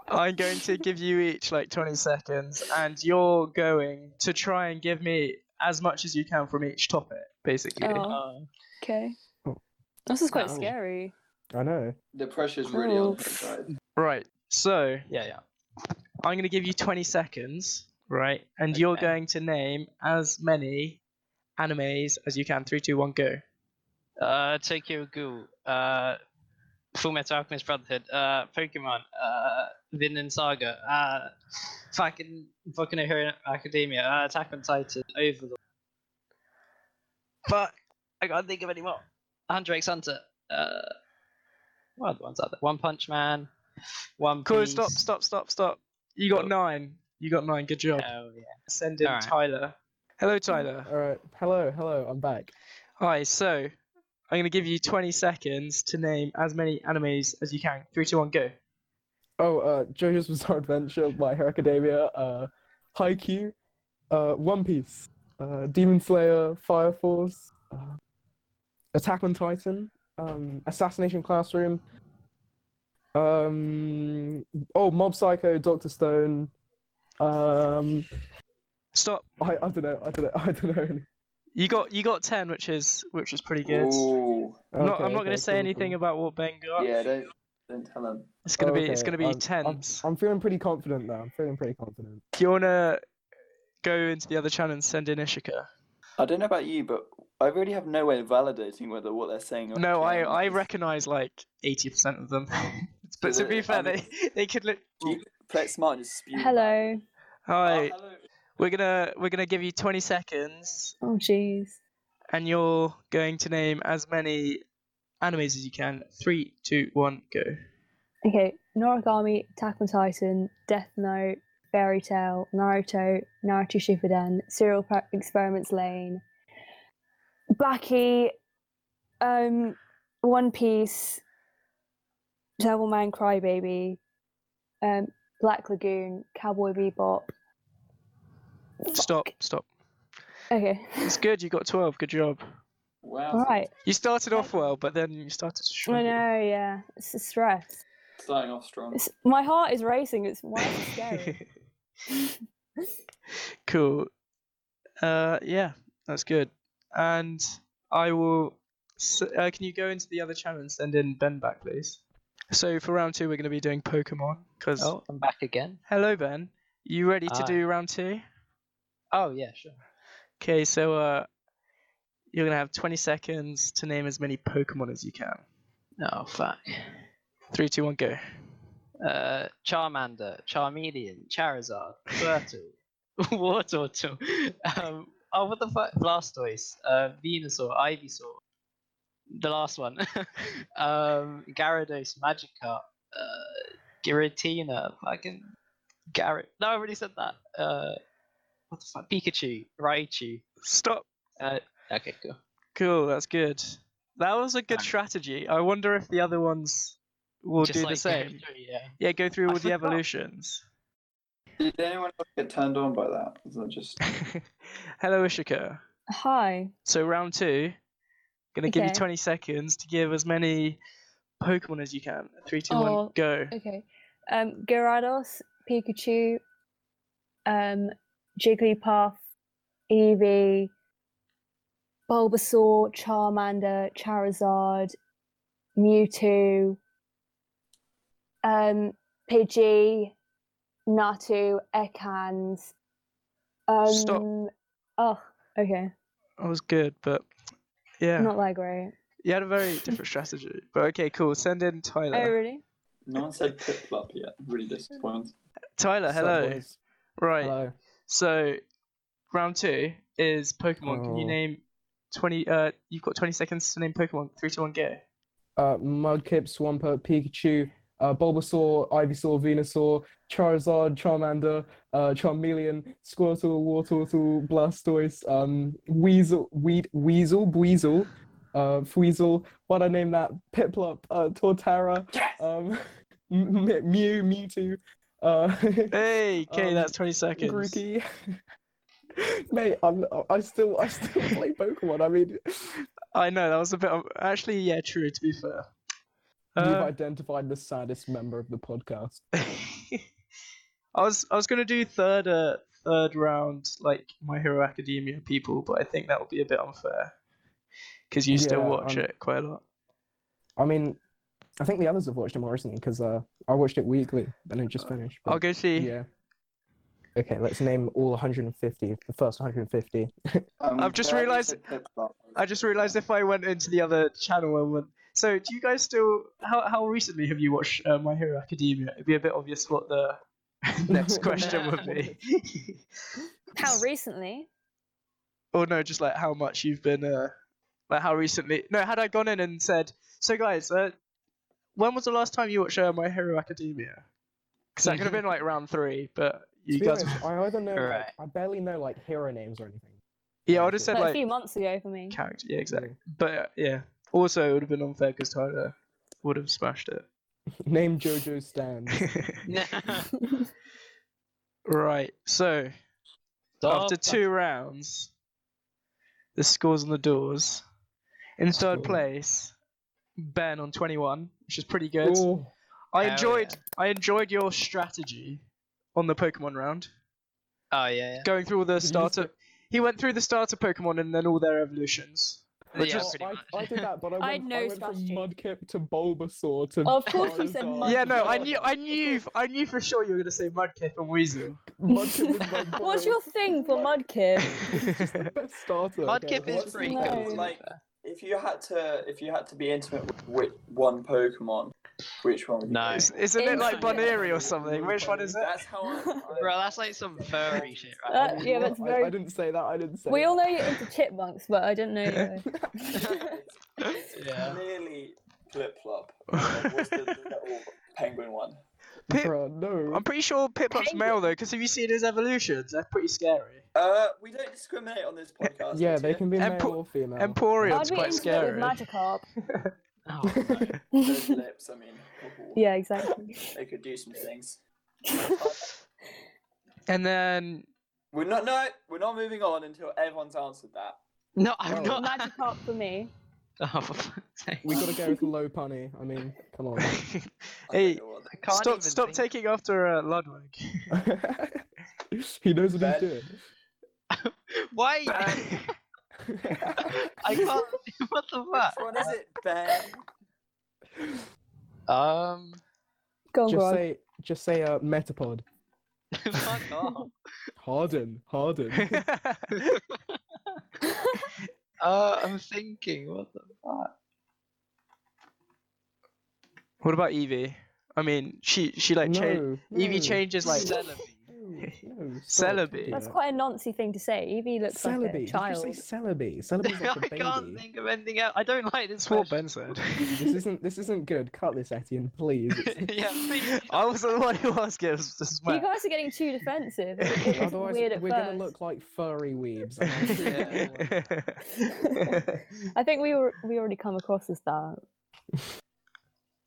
[SPEAKER 1] I'm going to give you each like 20 seconds, and you're going to try and give me as much as you can from each topic, basically.
[SPEAKER 5] Oh,
[SPEAKER 3] Oh,
[SPEAKER 5] okay.
[SPEAKER 4] Oh.
[SPEAKER 5] This is quite
[SPEAKER 3] Wow.
[SPEAKER 5] scary.
[SPEAKER 4] I know.
[SPEAKER 2] The pressure's really
[SPEAKER 5] Cool.
[SPEAKER 2] on. me, guys.
[SPEAKER 1] Right. So
[SPEAKER 3] yeah, yeah.
[SPEAKER 1] I'm going to give you 20 seconds, right? And you're
[SPEAKER 3] Okay.
[SPEAKER 1] going to name as many animes as you can. Three, two, one, go.
[SPEAKER 3] Uh, Tokyo Ghoul. Uh, Full Metal Alchemist Brotherhood. Uh, Pokemon. Uh, Vinland Saga. Uh, fucking fucking Hero Academia. Uh, Attack on Titan. Overlord. But I can't think of any more. Hunter x Hunter. Uh, what other ones are there? One Punch Man. One
[SPEAKER 1] Cool.
[SPEAKER 3] Piece.
[SPEAKER 1] Stop. Stop. Stop. Stop. You got
[SPEAKER 3] Cool.
[SPEAKER 1] nine. You got nine. Good job.
[SPEAKER 3] Oh yeah.
[SPEAKER 1] Send in
[SPEAKER 3] alright.
[SPEAKER 1] Tyler. Hello, Tyler.
[SPEAKER 4] All right. Hello, hello. I'm back.
[SPEAKER 1] Hi, so I'm going to give you 20 seconds to name as many animes as you can. Three, two, one, go.
[SPEAKER 4] Oh, uh, JoJo's Bizarre Adventure, My Hero Academia, uh, Haikyuu, uh, One Piece, uh, Demon Slayer, Fire Force, uh, Attack on Titan, um, Assassination Classroom, um, oh, Mob Psycho, Doctor Stone, um,
[SPEAKER 1] Stop.
[SPEAKER 4] I, I don't know, I don't know, I don't know. any-
[SPEAKER 1] You got you got 10, which is which is pretty good.
[SPEAKER 2] Ooh.
[SPEAKER 1] I'm not, I'm
[SPEAKER 4] Okay,
[SPEAKER 1] not going
[SPEAKER 4] okay,
[SPEAKER 1] to say
[SPEAKER 4] cool,
[SPEAKER 1] anything
[SPEAKER 4] cool.
[SPEAKER 1] about what Ben got.
[SPEAKER 2] Yeah, don't don't tell them.
[SPEAKER 1] It's going to be it's
[SPEAKER 4] Okay,
[SPEAKER 1] going to be Uh,
[SPEAKER 4] I'm- I'm-
[SPEAKER 1] tens.
[SPEAKER 4] I'm feeling pretty confident now. I'm feeling pretty confident.
[SPEAKER 1] Do you want to go into the other channel and send in Ishika?
[SPEAKER 2] I don't know about you, but I really have no way of validating whether what they're saying.
[SPEAKER 1] No, I I
[SPEAKER 2] reckon.
[SPEAKER 1] recognize like 80% of them. but to be fair, they they could look
[SPEAKER 2] Play it smart, just spew.
[SPEAKER 5] Hello.
[SPEAKER 1] Hi.
[SPEAKER 2] Oh, hello.
[SPEAKER 1] We're going to we're going to give you 20 seconds
[SPEAKER 5] Oh, jeez.
[SPEAKER 1] and you're going to name as many animes as you can. Three, two, one, go.
[SPEAKER 5] Okay, Noragami, Attack on Titan, Death Note, Fairy Tale, Naruto, Naruto Shippuden, Serial Pe- Experiments Lane, Baki, um, One Piece, Devilman Crybaby, um, Black Lagoon, Cowboy Bebop.
[SPEAKER 1] Stop, stop.
[SPEAKER 5] Okay,
[SPEAKER 1] It's good. You got twelve. Good job.
[SPEAKER 2] Wow.
[SPEAKER 5] all right.
[SPEAKER 1] You started off well, but then you started to shrink.
[SPEAKER 5] I know, yeah, it's the stress.
[SPEAKER 2] Starting off strong.
[SPEAKER 5] It's, my heart is racing. It's why is it scary.
[SPEAKER 1] cool. Uh, yeah, that's good. And I will. s uh, can you go into the other channel and send in Ben back, please? So for round two, we're going to be doing Pokemon. Because
[SPEAKER 3] Oh, I'm back again.
[SPEAKER 1] hello, Ben. You ready to
[SPEAKER 3] Hi.
[SPEAKER 1] do round two?
[SPEAKER 3] Oh yeah, sure.
[SPEAKER 1] Okay, so uh, you're gonna have 20 seconds to name as many Pokemon as you can.
[SPEAKER 3] Oh fuck.
[SPEAKER 1] Three, two, one, go.
[SPEAKER 3] Uh, Charmander, Charmeleon, Charizard, Squirtle, Wartortle. Um, oh, what the fuck? Blastoise, uh, Venusaur, Ivysaur. The last one. um, Gyarados, Magikarp, uh, Giratina, fucking Garrett. No, I already said that. Uh, what the fuck? Pikachu, Raichu.
[SPEAKER 1] Stop.
[SPEAKER 3] Uh, okay, cool.
[SPEAKER 1] Cool, that's good. That was a good
[SPEAKER 3] Thanks.
[SPEAKER 1] strategy. I wonder if the other ones will
[SPEAKER 3] Just
[SPEAKER 1] do
[SPEAKER 3] like
[SPEAKER 1] the same.
[SPEAKER 3] Garrett, yeah.
[SPEAKER 1] Yeah, go through
[SPEAKER 3] I
[SPEAKER 1] all the
[SPEAKER 3] forgot.
[SPEAKER 1] evolutions.
[SPEAKER 2] Did anyone else get turned on by that? Is that just
[SPEAKER 1] Hello, Ishika.
[SPEAKER 6] Hi.
[SPEAKER 1] So round two, gonna give you
[SPEAKER 6] Okay.
[SPEAKER 1] 20 seconds to give as many Pokemon as you can. Three, two, one,
[SPEAKER 6] Oh,
[SPEAKER 1] go.
[SPEAKER 6] Okay. Um, Gyarados, Pikachu, um, Jigglypuff, Eevee, Bulbasaur, Charmander, Charizard, Mewtwo, um, Pidgey, Natu, Ekans. Um,
[SPEAKER 1] Stop.
[SPEAKER 6] Oh, okay.
[SPEAKER 1] That was good, but yeah,
[SPEAKER 6] Not that great.
[SPEAKER 1] you had a very different strategy. But okay, cool. Send in
[SPEAKER 6] Oh,
[SPEAKER 1] Tyler.
[SPEAKER 6] really?
[SPEAKER 2] no one said Piplup yet? I'm really disappointed.
[SPEAKER 1] Tyler,
[SPEAKER 4] Sup,
[SPEAKER 1] hello.
[SPEAKER 4] boys?
[SPEAKER 1] Right.
[SPEAKER 4] Hello.
[SPEAKER 1] So round two is Pokemon. Can you
[SPEAKER 4] Oh.
[SPEAKER 1] name 20? Uh, you've got 20 seconds to name Pokemon. Three, two, one, go.
[SPEAKER 4] Uh, Mudkip, Swampert, Pikachu, uh, Bulbasaur, Ivysaur, Venusaur, Charizard, Charmander, uh, Charmeleon, Squirtle, Wartortle, Blastoise, um, Weasel, Weed, Weasel, Buizel, uh, Fweasel. What I name that? Piplup, uh, Torterra, um, M- M- Mew, Mewtwo, uh,
[SPEAKER 1] Hey, okay,
[SPEAKER 4] Um,
[SPEAKER 1] that's 20 seconds.
[SPEAKER 4] Grookey. Mate, I'm, I still, I still play Pokemon. I mean,
[SPEAKER 1] I know that was a bit. Of... Actually, yeah, true. To be fair.
[SPEAKER 4] You've
[SPEAKER 1] Uh,
[SPEAKER 4] identified the saddest member of the podcast.
[SPEAKER 1] I was I was gonna do third uh third round like My Hero Academia people, but I think that would be a bit unfair because you still
[SPEAKER 4] Yeah,
[SPEAKER 1] watch
[SPEAKER 4] I'm-
[SPEAKER 1] it quite a lot.
[SPEAKER 4] I mean, I think the others have watched it more recently because uh, I watched it weekly and it just finished.
[SPEAKER 1] I'll
[SPEAKER 4] but
[SPEAKER 1] go see.
[SPEAKER 4] Yeah. Okay, let's name all 150. The first 150.
[SPEAKER 2] Um,
[SPEAKER 1] I've just
[SPEAKER 2] Garrett, you
[SPEAKER 1] realised-
[SPEAKER 2] said Piplup.
[SPEAKER 1] I just realised if I went into the other channel and went. So do you guys still? How how recently have you watched uh, My Hero Academia? It'd be a bit obvious what the next question would be.
[SPEAKER 6] How recently?
[SPEAKER 1] or no, just like how much you've been, uh, like how recently. No, had I gone in and said, so guys, uh, when was the last time you watched uh, My Hero Academia? Because that could have been like round three, but
[SPEAKER 4] To
[SPEAKER 1] you
[SPEAKER 4] be
[SPEAKER 1] guys.
[SPEAKER 4] honest, I either know, like,
[SPEAKER 3] Right.
[SPEAKER 4] I barely know like hero names or anything.
[SPEAKER 1] Yeah, I would have said
[SPEAKER 6] Like, a
[SPEAKER 1] like
[SPEAKER 6] few months ago for me.
[SPEAKER 1] character. Yeah, exactly. But uh, yeah, also it would have been unfair because Tyler would have smashed
[SPEAKER 4] Name JoJo Stan.
[SPEAKER 1] it.
[SPEAKER 3] Nah.
[SPEAKER 1] right. So after
[SPEAKER 3] Stop.
[SPEAKER 1] two rounds, the scores on the doors. In third
[SPEAKER 4] Cool.
[SPEAKER 1] place, Ben on 21, which is pretty good.
[SPEAKER 4] oh,
[SPEAKER 1] I
[SPEAKER 3] Hell
[SPEAKER 1] enjoyed
[SPEAKER 3] yeah.
[SPEAKER 1] I enjoyed your strategy on the Pokemon round.
[SPEAKER 3] Oh yeah. yeah.
[SPEAKER 1] Going through all the
[SPEAKER 4] Did you just
[SPEAKER 1] starter he went through the starter Pokemon and then all their evolutions. Which
[SPEAKER 3] yeah,
[SPEAKER 1] is-
[SPEAKER 3] pretty
[SPEAKER 4] I,
[SPEAKER 3] much.
[SPEAKER 4] I did that, but I went,
[SPEAKER 6] I know
[SPEAKER 4] I went from
[SPEAKER 6] strategy.
[SPEAKER 4] Mudkip to Bulbasaur to.
[SPEAKER 6] Of course you said
[SPEAKER 4] Charizard.
[SPEAKER 6] Mudkip.
[SPEAKER 1] Yeah, no, I knew I knew I knew for sure you were gonna say Mudkip and Weasel.
[SPEAKER 4] Mudkip was my
[SPEAKER 6] What's
[SPEAKER 4] boy.
[SPEAKER 6] your thing for Mudkip?
[SPEAKER 4] Best starter.
[SPEAKER 3] Mudkip
[SPEAKER 4] okay,
[SPEAKER 3] is
[SPEAKER 2] what's
[SPEAKER 3] pretty
[SPEAKER 6] the
[SPEAKER 3] cool.
[SPEAKER 6] name?
[SPEAKER 3] to be
[SPEAKER 2] Like-
[SPEAKER 3] fair.
[SPEAKER 2] If you had to, if you had to be intimate with which one Pokemon, which one? Would you
[SPEAKER 3] No.
[SPEAKER 2] pick?
[SPEAKER 1] Is- Isn't it like
[SPEAKER 6] Inside.
[SPEAKER 1] Bunnery or something? Which one is it?
[SPEAKER 2] That's how. I, I-
[SPEAKER 3] Bro, that's like some furry shit,
[SPEAKER 6] Uh,
[SPEAKER 3] right?
[SPEAKER 6] yeah,
[SPEAKER 4] No,
[SPEAKER 6] that's
[SPEAKER 4] Oh, I- I,
[SPEAKER 6] very-
[SPEAKER 4] didn't say that. I didn't say.
[SPEAKER 6] We
[SPEAKER 4] that.
[SPEAKER 6] all know you're into chipmunks, but I didn't know you. were.
[SPEAKER 3] Yeah.
[SPEAKER 2] Clearly, Gliplop. Like, what's the little penguin one?
[SPEAKER 1] Pip,
[SPEAKER 4] Bruh, no.
[SPEAKER 1] I'm pretty sure Piplup's male though, because have you seen his evolutions? They're pretty scary.
[SPEAKER 2] Uh, we don't discriminate on this podcast.
[SPEAKER 4] yeah,
[SPEAKER 2] let's
[SPEAKER 4] they
[SPEAKER 2] hear-
[SPEAKER 4] can be
[SPEAKER 1] Empo-
[SPEAKER 4] male or female.
[SPEAKER 6] I'd
[SPEAKER 1] Emporeon's
[SPEAKER 6] be into
[SPEAKER 1] quite
[SPEAKER 6] it
[SPEAKER 1] scary.
[SPEAKER 6] with Magikarp.
[SPEAKER 3] Oh, no.
[SPEAKER 2] Those lips, I mean, ooh,
[SPEAKER 6] yeah, exactly.
[SPEAKER 2] they could do some things.
[SPEAKER 1] And then
[SPEAKER 2] We're not no, we're not moving on until everyone's answered that.
[SPEAKER 3] No, I'm
[SPEAKER 4] Well-
[SPEAKER 3] not.
[SPEAKER 6] Magikarp for me.
[SPEAKER 3] Oh, for fuck's sake.
[SPEAKER 4] We gotta go with low punny. I mean, come on.
[SPEAKER 2] I don't
[SPEAKER 1] Hey,
[SPEAKER 2] know what
[SPEAKER 3] I
[SPEAKER 2] that-
[SPEAKER 3] can't
[SPEAKER 1] stop
[SPEAKER 3] even
[SPEAKER 1] stop
[SPEAKER 3] think.
[SPEAKER 1] taking after uh, Ludwig.
[SPEAKER 4] he knows what
[SPEAKER 2] Ben.
[SPEAKER 4] he's doing.
[SPEAKER 3] Why? I can't. What the fuck?
[SPEAKER 2] Which one is it, Ben?
[SPEAKER 3] Um.
[SPEAKER 6] Go on, go
[SPEAKER 4] just
[SPEAKER 6] on.
[SPEAKER 4] say, just say, uh, Metapod.
[SPEAKER 3] Fuck off.
[SPEAKER 4] Harden, Harden.
[SPEAKER 3] Uh, I'm thinking. What the fuck?
[SPEAKER 1] what about Evie? I mean, she she like cha-
[SPEAKER 4] no,
[SPEAKER 1] Evie
[SPEAKER 4] no,
[SPEAKER 1] changes like
[SPEAKER 3] Celebi.
[SPEAKER 4] No, no.
[SPEAKER 1] Celebi.
[SPEAKER 5] That's quite a Nancy thing to say. Evie looks like
[SPEAKER 4] Celebi.
[SPEAKER 5] a
[SPEAKER 4] Did you
[SPEAKER 5] child.
[SPEAKER 4] say Celebi? Celebi's like
[SPEAKER 3] I
[SPEAKER 4] a baby.
[SPEAKER 3] can't think of anything else. I don't like this
[SPEAKER 1] That's what
[SPEAKER 3] question.
[SPEAKER 1] Ben said.
[SPEAKER 4] this isn't this isn't good. Cut this, Etienne, please. It's-
[SPEAKER 3] yeah, please.
[SPEAKER 1] I was the one who asked it. it was just
[SPEAKER 5] You
[SPEAKER 1] wet.
[SPEAKER 5] guys are getting too defensive. It- it was
[SPEAKER 4] Otherwise,
[SPEAKER 5] weird at
[SPEAKER 4] we're
[SPEAKER 5] first.
[SPEAKER 4] gonna look like furry weebs. and I'm sure
[SPEAKER 3] Yeah.
[SPEAKER 4] we'll-
[SPEAKER 5] I think we were we already come across as that.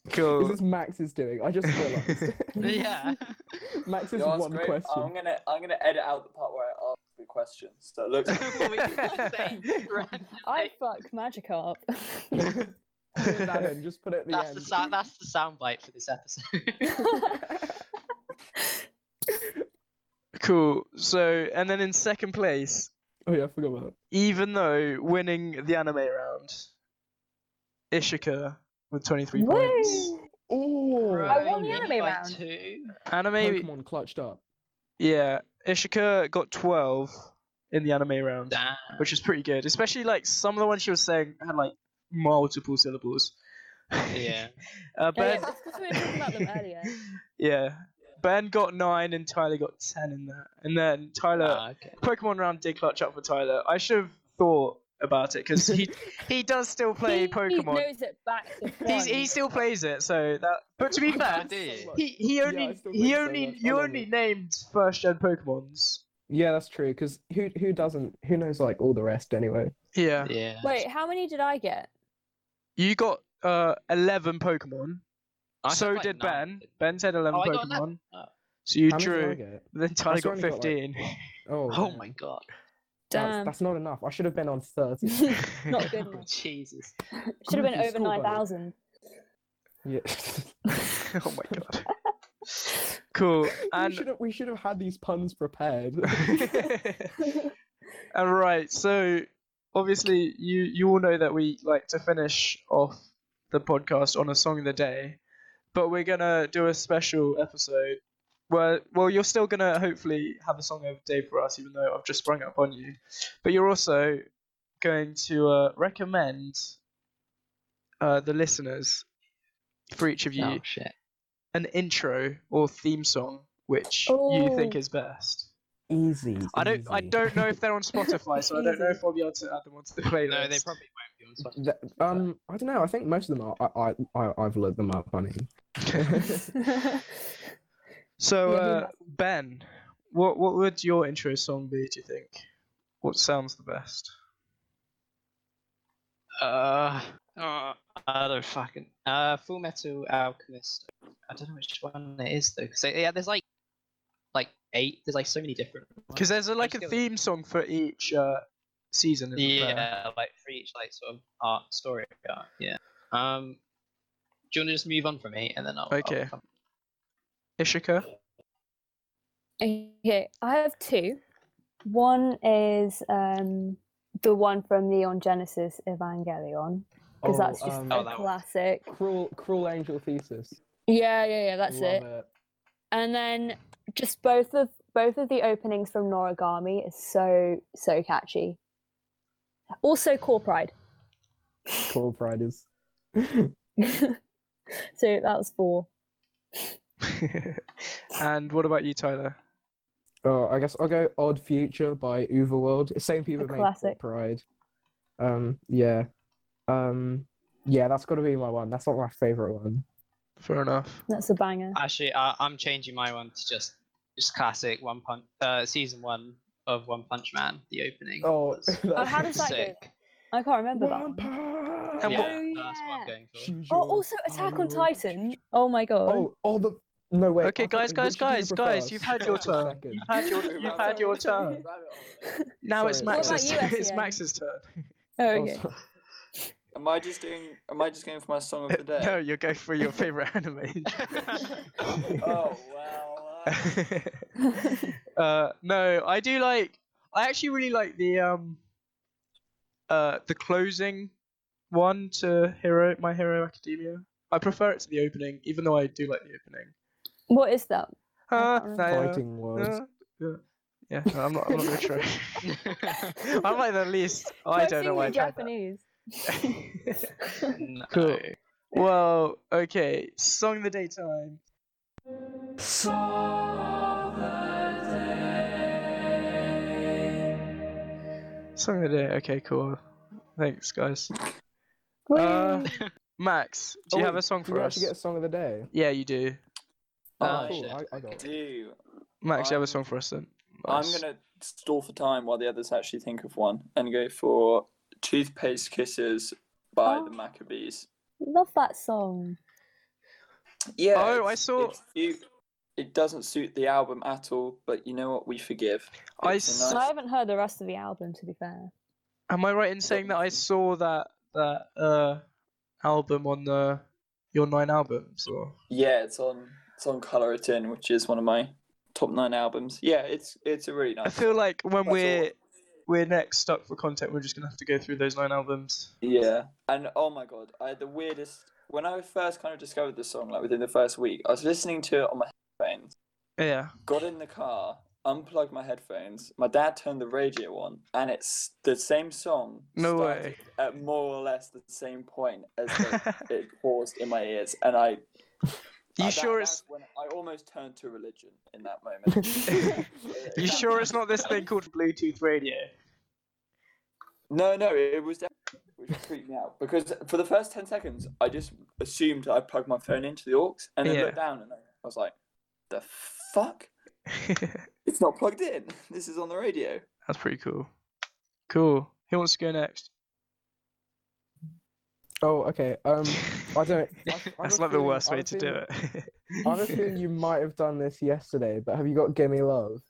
[SPEAKER 4] This
[SPEAKER 1] cool.
[SPEAKER 4] is Max is doing. I just realised.
[SPEAKER 3] yeah.
[SPEAKER 4] Max is
[SPEAKER 2] You asked
[SPEAKER 4] one
[SPEAKER 2] great-
[SPEAKER 4] question.
[SPEAKER 2] I'm gonna I'm gonna edit out the part where I ask the question. So it looks
[SPEAKER 3] we can say random
[SPEAKER 5] I
[SPEAKER 3] thing.
[SPEAKER 5] fuck Magikarp.
[SPEAKER 4] Put that in, just put it at the
[SPEAKER 3] that's
[SPEAKER 4] end.
[SPEAKER 3] the sound. That's the soundbite for this episode.
[SPEAKER 1] Cool. So, and then in second place,
[SPEAKER 4] Oh yeah, I forgot about
[SPEAKER 1] even though winning the anime round, Ishika with 23 points.
[SPEAKER 5] Woo!
[SPEAKER 4] that. Ooh,
[SPEAKER 3] Right,
[SPEAKER 5] won the
[SPEAKER 3] winning
[SPEAKER 5] anime
[SPEAKER 3] by
[SPEAKER 5] round.
[SPEAKER 3] two. Oh,
[SPEAKER 1] Anime,
[SPEAKER 4] Pokemon clutched up.
[SPEAKER 1] yeah. Ishika got 12 in the anime round,
[SPEAKER 3] Damn.
[SPEAKER 1] which is pretty good. Especially like some of the ones she was saying had like multiple syllables.
[SPEAKER 3] Yeah.
[SPEAKER 1] Uh,
[SPEAKER 5] Yeah, yeah,
[SPEAKER 1] ben,
[SPEAKER 5] that's because we were talking about them earlier.
[SPEAKER 1] yeah. Ben got nine and Tyler got 10 in that. And then Tyler.
[SPEAKER 3] Ah, okay.
[SPEAKER 1] Pokemon round did clutch up for Tyler. I should have thought about it because he he does still play
[SPEAKER 5] he, he
[SPEAKER 1] Pokemon.
[SPEAKER 5] knows it back to
[SPEAKER 1] He's,
[SPEAKER 5] front.
[SPEAKER 1] he still plays it. So that, but to be fair,
[SPEAKER 3] do you?
[SPEAKER 1] he he
[SPEAKER 4] Yeah, I
[SPEAKER 1] only
[SPEAKER 4] still play
[SPEAKER 1] he
[SPEAKER 4] so
[SPEAKER 1] only
[SPEAKER 4] much. I
[SPEAKER 1] you
[SPEAKER 4] love
[SPEAKER 1] only
[SPEAKER 4] it.
[SPEAKER 1] named first gen Pokemons.
[SPEAKER 4] Yeah, that's true. Because who who doesn't? Who knows like all the rest anyway?
[SPEAKER 1] Yeah,
[SPEAKER 3] Yeah.
[SPEAKER 5] Wait, how many did I get?
[SPEAKER 1] you got uh eleven Pokemon.
[SPEAKER 3] I had,
[SPEAKER 1] so
[SPEAKER 3] like,
[SPEAKER 1] did Ben.
[SPEAKER 3] nine.
[SPEAKER 1] Ben said eleven
[SPEAKER 3] Oh, I got
[SPEAKER 1] Pokemon.
[SPEAKER 3] Oh.
[SPEAKER 1] So you
[SPEAKER 4] How many did I
[SPEAKER 1] drew.
[SPEAKER 4] get?
[SPEAKER 1] Then Tyler
[SPEAKER 4] Also
[SPEAKER 1] got
[SPEAKER 4] only got, like-
[SPEAKER 1] fifteen.
[SPEAKER 4] Oh,
[SPEAKER 3] Oh
[SPEAKER 4] damn.
[SPEAKER 3] my god.
[SPEAKER 4] That's,
[SPEAKER 5] Damn.
[SPEAKER 4] that's not enough. I should have been on thirty.
[SPEAKER 5] Not good enough.
[SPEAKER 3] Jesus.
[SPEAKER 5] Should have been
[SPEAKER 4] Crikey,
[SPEAKER 5] over
[SPEAKER 4] school budget.
[SPEAKER 5] 9,000.
[SPEAKER 4] Yeah.
[SPEAKER 1] oh my god. Cool.
[SPEAKER 4] we
[SPEAKER 1] And
[SPEAKER 4] should have we should have had these puns prepared.
[SPEAKER 1] All right, so obviously you you all know that we like to finish off the podcast on a song of the day, but we're gonna do a special episode where well you're still gonna hopefully have a song of the day for us, even though I've just sprung it upon you, but you're also going to uh, recommend uh, the listeners for each of you
[SPEAKER 3] Oh shit.
[SPEAKER 1] an intro or theme song which you think
[SPEAKER 5] Oh.
[SPEAKER 1] is best.
[SPEAKER 4] easy.
[SPEAKER 1] I don't. I
[SPEAKER 4] easy.
[SPEAKER 1] don't know if they're on Spotify, so I don't know if I'll be able to add them onto the playlist.
[SPEAKER 3] No, they probably won't be on Spotify.
[SPEAKER 4] Th- um, I don't know. I think most of them are. I I, I I've looked them up, honey.
[SPEAKER 1] So,
[SPEAKER 5] Yeah,
[SPEAKER 1] uh, Ben, what what would your intro song be? Do you think? What sounds the best?
[SPEAKER 3] Uh, uh, I don't fucking. Uh, Full Metal Alchemist. I don't know which one it is though. So yeah, there's like, like eight. There's like so many different. ones.
[SPEAKER 1] Because there's a, like a
[SPEAKER 3] just go with-
[SPEAKER 1] theme song for each uh, season. Isn't There?
[SPEAKER 3] yeah, like for each like sort of art story arc. Yeah. Um, do you want to just move on from eight and then I'll. I'll
[SPEAKER 1] Okay.
[SPEAKER 3] come-
[SPEAKER 1] Ishika.
[SPEAKER 5] okay, I have two. One is um, the one from Neon Genesis Evangelion, because that's just
[SPEAKER 4] um,
[SPEAKER 5] a
[SPEAKER 3] Oh, that one.
[SPEAKER 5] classic.
[SPEAKER 4] cruel cruel angel thesis.
[SPEAKER 5] Yeah, yeah, yeah, that's
[SPEAKER 4] Love
[SPEAKER 5] it. And then just both of both of the openings from Noragami is so so catchy. Also, Core Pride.
[SPEAKER 4] Cruel pride is.
[SPEAKER 5] so that was four.
[SPEAKER 1] and what about you, Tyler?
[SPEAKER 4] Oh, I guess I'll go Odd Future by Uberworld. Same people
[SPEAKER 5] A
[SPEAKER 4] made Cruel
[SPEAKER 5] classic.
[SPEAKER 4] Pride. Um, yeah, um, yeah. That's got to be my one. That's not my favorite one.
[SPEAKER 1] Fair enough.
[SPEAKER 5] That's a banger.
[SPEAKER 3] Actually, I, I'm changing my one to just just classic One Punch. Uh, season one of One Punch Man. The opening.
[SPEAKER 4] Oh,
[SPEAKER 3] was
[SPEAKER 5] Oh, how does that go?
[SPEAKER 3] sick.
[SPEAKER 5] I can't remember that. one.
[SPEAKER 4] One Punch!
[SPEAKER 1] And
[SPEAKER 3] yeah,
[SPEAKER 1] what-
[SPEAKER 3] that's what I'm
[SPEAKER 5] yeah.
[SPEAKER 3] going for.
[SPEAKER 5] Oh, also Attack on Titan. Oh my god.
[SPEAKER 4] Oh, all the no wait.
[SPEAKER 1] Okay,
[SPEAKER 4] I thought-
[SPEAKER 1] guys,
[SPEAKER 4] which
[SPEAKER 1] guys,
[SPEAKER 4] did you
[SPEAKER 1] guys,
[SPEAKER 4] prefer?
[SPEAKER 1] guys, you've had your
[SPEAKER 4] First or
[SPEAKER 1] turn.
[SPEAKER 4] second?
[SPEAKER 1] You've had your,
[SPEAKER 2] Sorry.
[SPEAKER 1] you've had your turn. Now it's
[SPEAKER 4] Sorry. What
[SPEAKER 1] Max's.
[SPEAKER 5] about you,
[SPEAKER 1] It's
[SPEAKER 5] SEN?
[SPEAKER 1] Max's turn.
[SPEAKER 5] Oh,
[SPEAKER 4] Oh,
[SPEAKER 5] okay.
[SPEAKER 4] sorry.
[SPEAKER 2] Am I just doing? Am I just going for my song of the day?
[SPEAKER 1] No, you're going for your favorite anime.
[SPEAKER 2] Oh wow. wow.
[SPEAKER 1] uh, no, I do like. I actually really like the um, uh, the closing one to Hero, My Hero Academia. I prefer it to the opening, even though I do like the opening.
[SPEAKER 5] What is that?
[SPEAKER 1] Uh,
[SPEAKER 5] can't
[SPEAKER 4] Fighting words.
[SPEAKER 1] uh, uh, yeah, no, I'm not. I'm not gonna try. I'm like the least. I don't know why. I
[SPEAKER 5] Mostly
[SPEAKER 1] tried
[SPEAKER 5] Japanese.
[SPEAKER 1] that.
[SPEAKER 3] No.
[SPEAKER 1] Cool. well, okay. Song of the day time.
[SPEAKER 7] Song of the day.
[SPEAKER 1] Something to do. Okay, cool. Thanks, guys.
[SPEAKER 4] Uh,
[SPEAKER 1] Max, do
[SPEAKER 4] Oh,
[SPEAKER 1] you
[SPEAKER 4] wait,
[SPEAKER 1] have a song
[SPEAKER 4] you
[SPEAKER 1] for us?
[SPEAKER 4] actually get a song of the day.
[SPEAKER 1] Yeah, you do.
[SPEAKER 3] Oh,
[SPEAKER 4] cool.
[SPEAKER 3] shit.
[SPEAKER 4] I, I got it.
[SPEAKER 2] Do
[SPEAKER 1] Max, you have a
[SPEAKER 2] I'm-
[SPEAKER 1] song for us then.
[SPEAKER 2] I'm
[SPEAKER 1] Nice.
[SPEAKER 2] gonna stall for time while the others actually think of one and go for "Toothpaste Kisses" by
[SPEAKER 5] Oh.
[SPEAKER 2] the Maccabees.
[SPEAKER 5] Love that song.
[SPEAKER 2] Yeah.
[SPEAKER 1] Oh,
[SPEAKER 2] it's-
[SPEAKER 1] I saw-
[SPEAKER 2] it's cute. It doesn't suit the album at all, but you know what? We forgive.
[SPEAKER 1] I
[SPEAKER 2] It's a
[SPEAKER 1] s-
[SPEAKER 2] nice-
[SPEAKER 5] I haven't heard the rest of the album, to be fair.
[SPEAKER 1] Am I right in saying that I saw that that uh album on the your nine albums? Or
[SPEAKER 2] Yeah, it's on it's on Colour It In, which is one of my top nine albums. Yeah, it's it's a really nice.
[SPEAKER 1] I feel like when
[SPEAKER 2] That's all.
[SPEAKER 1] we're we're next stuck for content, we're just gonna have to go through those nine albums.
[SPEAKER 2] Yeah, and oh my god, I had the weirdest. When I first kind of discovered this song, like within the first week, I was listening to it on my headphones.
[SPEAKER 1] Yeah.
[SPEAKER 2] Got in the car, unplugged my headphones. My dad turned the radio on, and it's the same song.
[SPEAKER 1] No
[SPEAKER 2] started
[SPEAKER 1] way.
[SPEAKER 2] At more or less the same point as the, it paused in my ears, and I.
[SPEAKER 1] you
[SPEAKER 2] that-
[SPEAKER 1] sure
[SPEAKER 2] that's
[SPEAKER 1] it's
[SPEAKER 2] When I almost turned to religion in that moment.
[SPEAKER 1] you sure it's not this thing called Bluetooth radio?
[SPEAKER 2] No, no, it was definitely which freaked me out because for the first ten seconds, I just assumed I plugged my phone into the aux and then
[SPEAKER 1] Yeah.
[SPEAKER 2] looked down and I was like, "The fuck? It's not plugged in. This is on the radio."
[SPEAKER 1] That's pretty cool. Cool. Who wants to go next?
[SPEAKER 4] Oh, okay. Um, I don't. I, I have
[SPEAKER 1] That's
[SPEAKER 4] a
[SPEAKER 1] like the
[SPEAKER 4] feeling-
[SPEAKER 1] worst
[SPEAKER 4] I have
[SPEAKER 1] way
[SPEAKER 4] a
[SPEAKER 1] to
[SPEAKER 4] feeling-
[SPEAKER 1] do it.
[SPEAKER 4] I have a feeling you might have done this yesterday, but have you got "Gimme Love"?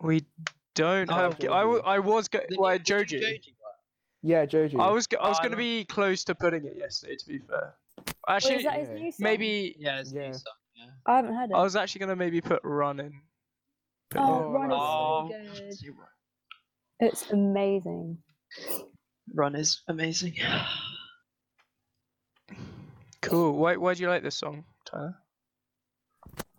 [SPEAKER 1] We don't
[SPEAKER 3] Oh,
[SPEAKER 1] have. I, w-
[SPEAKER 4] Joji.
[SPEAKER 1] I was go-
[SPEAKER 3] The
[SPEAKER 1] like
[SPEAKER 3] new- the new
[SPEAKER 1] Joji.
[SPEAKER 3] one.
[SPEAKER 4] Yeah, Joji.
[SPEAKER 1] I was go- I was
[SPEAKER 3] Oh,
[SPEAKER 1] going to
[SPEAKER 3] no.
[SPEAKER 1] be close to putting it yesterday. To be fair,
[SPEAKER 5] Wait,
[SPEAKER 1] actually,
[SPEAKER 5] is that his
[SPEAKER 4] yeah.
[SPEAKER 5] new song?
[SPEAKER 1] maybe
[SPEAKER 3] Yeah, it's
[SPEAKER 4] Yeah.
[SPEAKER 3] new song. Yeah.
[SPEAKER 5] I haven't heard it.
[SPEAKER 1] I was actually going to maybe put running.
[SPEAKER 5] Oh,
[SPEAKER 4] Oh,
[SPEAKER 5] Run is
[SPEAKER 3] Oh,
[SPEAKER 5] so good.
[SPEAKER 3] super.
[SPEAKER 5] It's amazing.
[SPEAKER 3] Run is amazing.
[SPEAKER 1] Cool. Why why do you like this song, Tyler?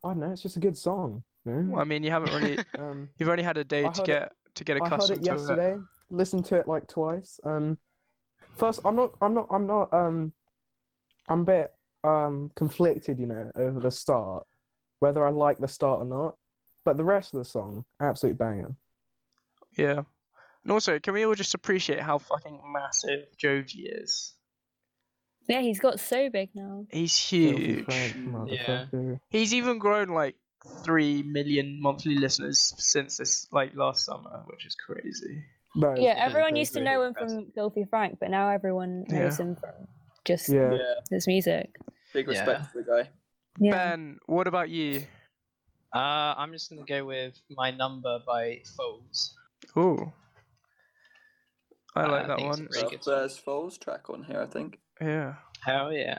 [SPEAKER 4] I don't know. Oh, It's just a good song. you know?
[SPEAKER 1] Well, I mean, you haven't really.
[SPEAKER 4] Um,
[SPEAKER 1] You've only had a day
[SPEAKER 4] I
[SPEAKER 1] to
[SPEAKER 4] heard it-
[SPEAKER 1] get to get
[SPEAKER 4] I heard
[SPEAKER 1] accustomed
[SPEAKER 4] it
[SPEAKER 1] to it.
[SPEAKER 4] yesterday. Listened to it like twice. Um, first, I'm not. I'm not. I'm not. Um, I'm a bit um conflicted, you know, over the start, whether I like the start or not. But the rest of the song, absolute banger.
[SPEAKER 1] Yeah. And also, can we all just appreciate how fucking massive Joji is?
[SPEAKER 5] Yeah, he's got so big now.
[SPEAKER 1] He's
[SPEAKER 4] Filthy
[SPEAKER 1] huge.
[SPEAKER 4] Frank,
[SPEAKER 3] Yeah.
[SPEAKER 4] motherfucker.
[SPEAKER 1] He's even grown like three million monthly listeners since this like last summer, which is crazy.
[SPEAKER 4] No, it's
[SPEAKER 5] Yeah,
[SPEAKER 4] pretty
[SPEAKER 5] everyone used to
[SPEAKER 4] crazy.
[SPEAKER 5] know him from Filthy Frank, but now everyone knows him from just
[SPEAKER 4] Yeah.
[SPEAKER 2] Yeah,
[SPEAKER 5] his music.
[SPEAKER 2] big
[SPEAKER 3] Yeah.
[SPEAKER 2] respect for the guy.
[SPEAKER 5] Yeah.
[SPEAKER 1] Ben, what about you?
[SPEAKER 3] Uh, I'm just gonna go with my number by Foles.
[SPEAKER 1] Ooh. I
[SPEAKER 3] Uh,
[SPEAKER 1] like
[SPEAKER 3] I
[SPEAKER 1] that
[SPEAKER 3] think it's
[SPEAKER 1] one.
[SPEAKER 3] Pretty
[SPEAKER 2] Our
[SPEAKER 3] good song.
[SPEAKER 2] first Foles track on here, I think.
[SPEAKER 1] Yeah.
[SPEAKER 3] Hell yeah!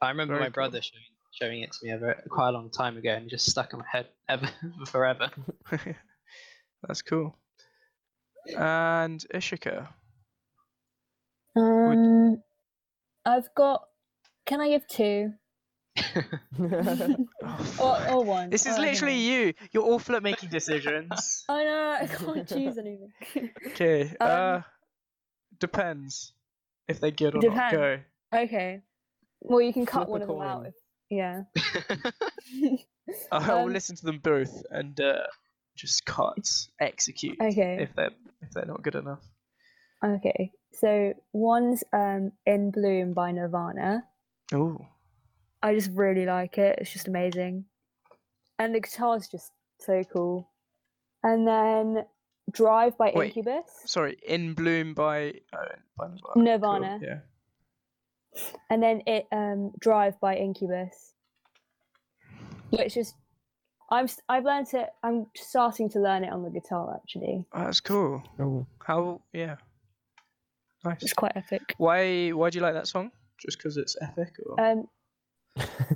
[SPEAKER 3] I remember
[SPEAKER 1] Very
[SPEAKER 3] my brother showing, showing it to me ever quite a long time ago, and it just stuck in my head ever forever.
[SPEAKER 1] That's cool. And Ishika.
[SPEAKER 5] Um, I've got. Can I give two or, or one?
[SPEAKER 1] this is
[SPEAKER 5] Oh, I don't
[SPEAKER 1] literally
[SPEAKER 5] know.
[SPEAKER 1] you. You're awful at making decisions.
[SPEAKER 5] I know I can't choose anything.
[SPEAKER 1] okay.
[SPEAKER 5] Um,
[SPEAKER 1] uh depends if they're good or not.
[SPEAKER 5] Depends.
[SPEAKER 1] Go.
[SPEAKER 5] okay. Well, you can cut
[SPEAKER 4] Flip a
[SPEAKER 5] one of them out.
[SPEAKER 4] coin.
[SPEAKER 5] If, yeah.
[SPEAKER 3] Um,
[SPEAKER 1] I'll
[SPEAKER 5] Um,
[SPEAKER 1] listen to them both and uh, just cut, execute
[SPEAKER 5] Okay.
[SPEAKER 1] if they're if they're not good enough.
[SPEAKER 5] Okay. So one's um "In Bloom" by Nirvana.
[SPEAKER 1] Ooh.
[SPEAKER 5] I just really like it. It's just amazing. And the guitar's just so cool. And then Drive by
[SPEAKER 1] Wait.
[SPEAKER 5] Incubus.
[SPEAKER 1] Sorry, In Bloom by, oh, by Nirvana. Cool,
[SPEAKER 5] Nirvana.
[SPEAKER 1] Yeah.
[SPEAKER 5] And then it um Drive by Incubus. Which is I'm s- I've learnt it I'm starting to learn it on the guitar actually.
[SPEAKER 1] Oh, that's cool.
[SPEAKER 4] Oh,
[SPEAKER 1] How? Yeah. Nice.
[SPEAKER 5] It's quite epic.
[SPEAKER 1] Why? Why do you like that song? Just because it's epic, or
[SPEAKER 5] Um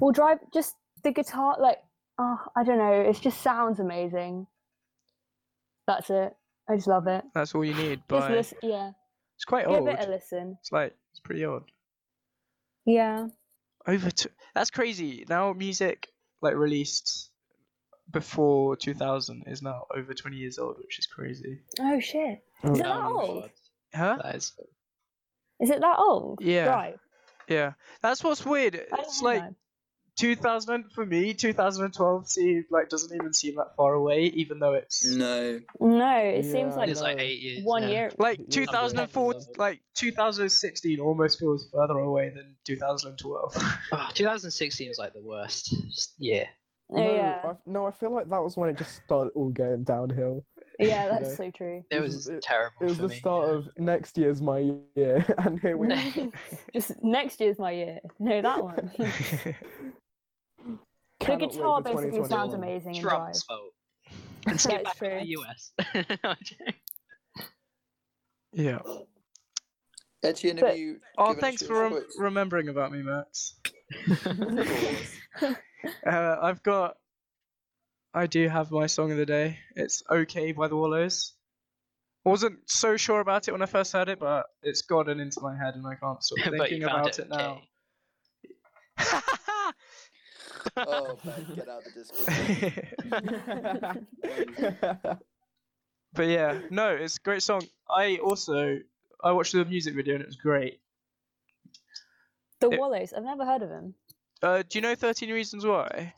[SPEAKER 5] well Drive just the guitar like oh I don't know, it just sounds amazing. That's it. I just love it.
[SPEAKER 1] that's all you need?
[SPEAKER 5] Just
[SPEAKER 1] But it's
[SPEAKER 5] listen, yeah.
[SPEAKER 1] quite
[SPEAKER 5] Give
[SPEAKER 1] old.
[SPEAKER 5] it a listen.
[SPEAKER 1] It's like it's pretty old.
[SPEAKER 5] Yeah.
[SPEAKER 1] Over two. That's crazy. Now music like released before 2000 is now over 20 years old, which is crazy.
[SPEAKER 5] Oh shit.
[SPEAKER 4] Oh,
[SPEAKER 5] Is it that
[SPEAKER 3] Oh my
[SPEAKER 5] old?
[SPEAKER 3] God,
[SPEAKER 1] Huh?
[SPEAKER 3] that is-
[SPEAKER 5] Is it that old?
[SPEAKER 1] Yeah.
[SPEAKER 5] Right.
[SPEAKER 1] Yeah. That's what's weird.
[SPEAKER 5] I don't
[SPEAKER 1] It's
[SPEAKER 5] know
[SPEAKER 1] like
[SPEAKER 5] that.
[SPEAKER 1] 2000 for me, 2012 seemed like doesn't even seem that far away, even though it's
[SPEAKER 2] No.
[SPEAKER 6] No, it seems
[SPEAKER 4] Yeah.
[SPEAKER 6] like
[SPEAKER 3] It's like eight years.
[SPEAKER 6] one
[SPEAKER 3] now.
[SPEAKER 6] year.
[SPEAKER 1] like
[SPEAKER 4] Yeah.
[SPEAKER 1] 2004, like 2016 almost feels further away than 2012.
[SPEAKER 3] Ah, 2016 was like the worst year.
[SPEAKER 6] Oh,
[SPEAKER 4] no,
[SPEAKER 6] yeah,
[SPEAKER 4] I, no, I feel like that was when it just started all going downhill.
[SPEAKER 6] yeah, that's
[SPEAKER 4] know.
[SPEAKER 6] so true.
[SPEAKER 3] It
[SPEAKER 4] It
[SPEAKER 3] was
[SPEAKER 4] was- it-
[SPEAKER 3] terrible.
[SPEAKER 4] It was
[SPEAKER 3] for
[SPEAKER 4] the
[SPEAKER 3] me.
[SPEAKER 4] start of next year's my year, and here we are.
[SPEAKER 6] Just next year's my year. No, that one. the
[SPEAKER 4] Cannot wait
[SPEAKER 6] guitar
[SPEAKER 4] for
[SPEAKER 6] basically sounds
[SPEAKER 4] 2021.
[SPEAKER 6] amazing in Drive.
[SPEAKER 3] Trump's fault. Let's get
[SPEAKER 6] That's
[SPEAKER 3] back to the US. I'm joking.
[SPEAKER 1] yeah.
[SPEAKER 2] Etienne,
[SPEAKER 6] But-
[SPEAKER 2] have you?
[SPEAKER 1] Oh,
[SPEAKER 2] given us
[SPEAKER 1] thanks
[SPEAKER 2] your
[SPEAKER 1] for rem-
[SPEAKER 2] choice?
[SPEAKER 1] remembering about me, Max. Uh, I've got. I do have my song of the day. It's "Okay" by the Wallows. I wasn't so sure about it when I first heard it, but it's gotten into my head, and I can't stop
[SPEAKER 3] but you
[SPEAKER 1] thinking
[SPEAKER 3] found
[SPEAKER 1] about it, now.
[SPEAKER 3] okay.
[SPEAKER 2] oh, man, get out of the Discord.
[SPEAKER 1] but yeah, no, it's a great song. I also I watched the music video and it was great.
[SPEAKER 6] The
[SPEAKER 1] It-
[SPEAKER 6] Wallows. I've never heard of them.
[SPEAKER 1] Uh, do you know Thirteen Reasons Why?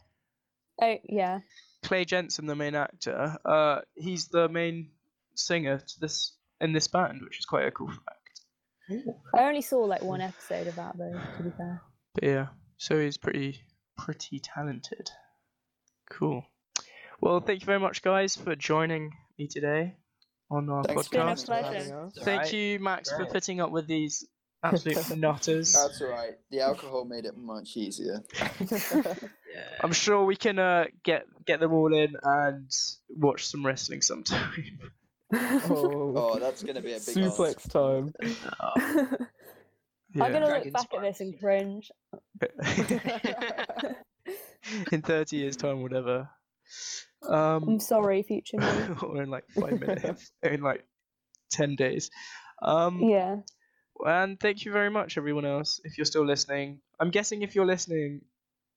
[SPEAKER 6] Oh yeah.
[SPEAKER 1] Clay Jensen, the main actor, uh, he's the main singer to this in this band, which is quite a cool fact.
[SPEAKER 6] I only saw like one episode of that though. To be fair.
[SPEAKER 1] But yeah, so he's pretty pretty talented. Cool. Well, thank you very much, guys, for joining me today on our
[SPEAKER 2] Thanks for
[SPEAKER 6] been a
[SPEAKER 1] podcast.
[SPEAKER 2] coming.
[SPEAKER 6] pleasure.
[SPEAKER 1] Thank
[SPEAKER 3] Alright.
[SPEAKER 1] you, Max, for
[SPEAKER 3] Great.
[SPEAKER 1] putting up with these absolute nutters.
[SPEAKER 2] That's all right. The alcohol made it much easier.
[SPEAKER 3] Yeah.
[SPEAKER 1] I'm sure we can uh, get get them all in and watch some wrestling sometime.
[SPEAKER 4] oh,
[SPEAKER 2] Oh, that's gonna be a big ask.
[SPEAKER 4] suplex time.
[SPEAKER 6] I'm gonna look
[SPEAKER 3] Dragon's
[SPEAKER 6] back at this and cringe.
[SPEAKER 1] in 30 years' time, whatever. Um,
[SPEAKER 6] I'm sorry, future me.
[SPEAKER 1] or in like five minutes, in like 10 days. Um,
[SPEAKER 6] Yeah.
[SPEAKER 1] And thank you very much, everyone else, if you're still listening. I'm guessing if you're listening,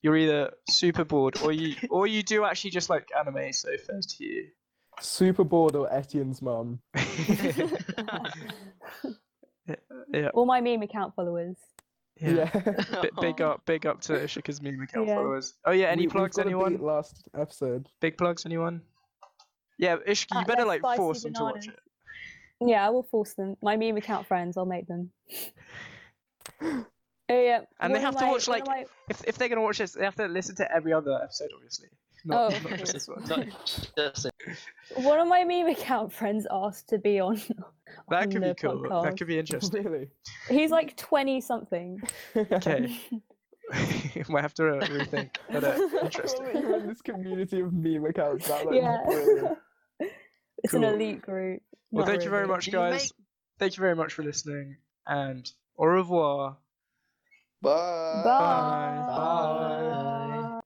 [SPEAKER 1] you're either super bored or you or you do actually just like anime, so fair to you.
[SPEAKER 4] Super bored or Etienne's mum.
[SPEAKER 1] yeah,
[SPEAKER 6] All my meme account followers.
[SPEAKER 1] yeah. B- big
[SPEAKER 3] Aw.
[SPEAKER 1] up, big up to Shika's meme account
[SPEAKER 6] Yeah.
[SPEAKER 1] followers. Oh yeah, any
[SPEAKER 4] We- we've
[SPEAKER 1] plugs?
[SPEAKER 4] got a beat
[SPEAKER 1] Anyone?
[SPEAKER 4] Last episode.
[SPEAKER 1] Big plugs? Anyone? Yeah, Ishiki, you
[SPEAKER 6] At
[SPEAKER 1] better
[SPEAKER 6] Less
[SPEAKER 1] like
[SPEAKER 6] Spicy
[SPEAKER 1] force them to watch
[SPEAKER 6] Bananas.
[SPEAKER 1] it.
[SPEAKER 6] Yeah, I will force them. My meme account friends, I'll make them. Oh yeah.
[SPEAKER 1] And they
[SPEAKER 6] one of
[SPEAKER 1] have to
[SPEAKER 6] my-
[SPEAKER 1] watch,
[SPEAKER 6] one of
[SPEAKER 1] like,
[SPEAKER 6] my-
[SPEAKER 1] If if they're gonna watch this, they have to listen to every other episode, obviously. Not,
[SPEAKER 6] Oh, of
[SPEAKER 1] not just
[SPEAKER 6] course.
[SPEAKER 1] this one.
[SPEAKER 3] Not just it.
[SPEAKER 6] One of my meme account friends asked to be on.
[SPEAKER 1] That
[SPEAKER 6] on
[SPEAKER 1] could be
[SPEAKER 6] the
[SPEAKER 1] cool. That
[SPEAKER 6] podcast.
[SPEAKER 1] could be interesting.
[SPEAKER 4] Really?
[SPEAKER 6] He's like twenty something.
[SPEAKER 1] Okay, might have to re- rethink. But, uh, interesting.
[SPEAKER 4] You're in this community of meme accounts. That looks
[SPEAKER 6] yeah.
[SPEAKER 4] brilliant.
[SPEAKER 6] it's
[SPEAKER 1] Cool.
[SPEAKER 6] an elite group.
[SPEAKER 1] Well,
[SPEAKER 6] Not
[SPEAKER 1] thank you very
[SPEAKER 6] really.
[SPEAKER 1] much, guys. Thank you very much for listening, and au revoir.
[SPEAKER 2] Bye.
[SPEAKER 1] Bye.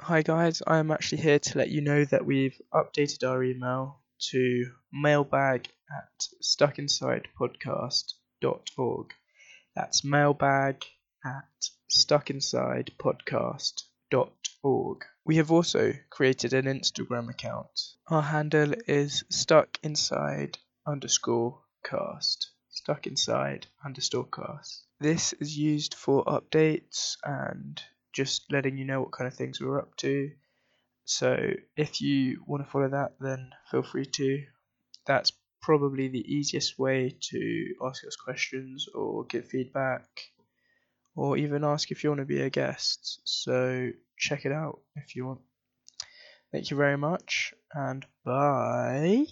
[SPEAKER 1] Hi guys, I am actually here to let you know that we've updated our email to mailbag at stuckinsidepodcast.org. That's mailbag at stuckinsidepodcast.org. We have also created an Instagram account. Our handle is stuckinside underscore cast. Stuck inside underscore cast. This is used for updates and just letting you know what kind of things we're up to. So if you want to follow that, then feel free to. That's probably the easiest way to ask us questions or get feedback or even ask if you want to be a guest. So check it out if you want. Thank you very much and bye.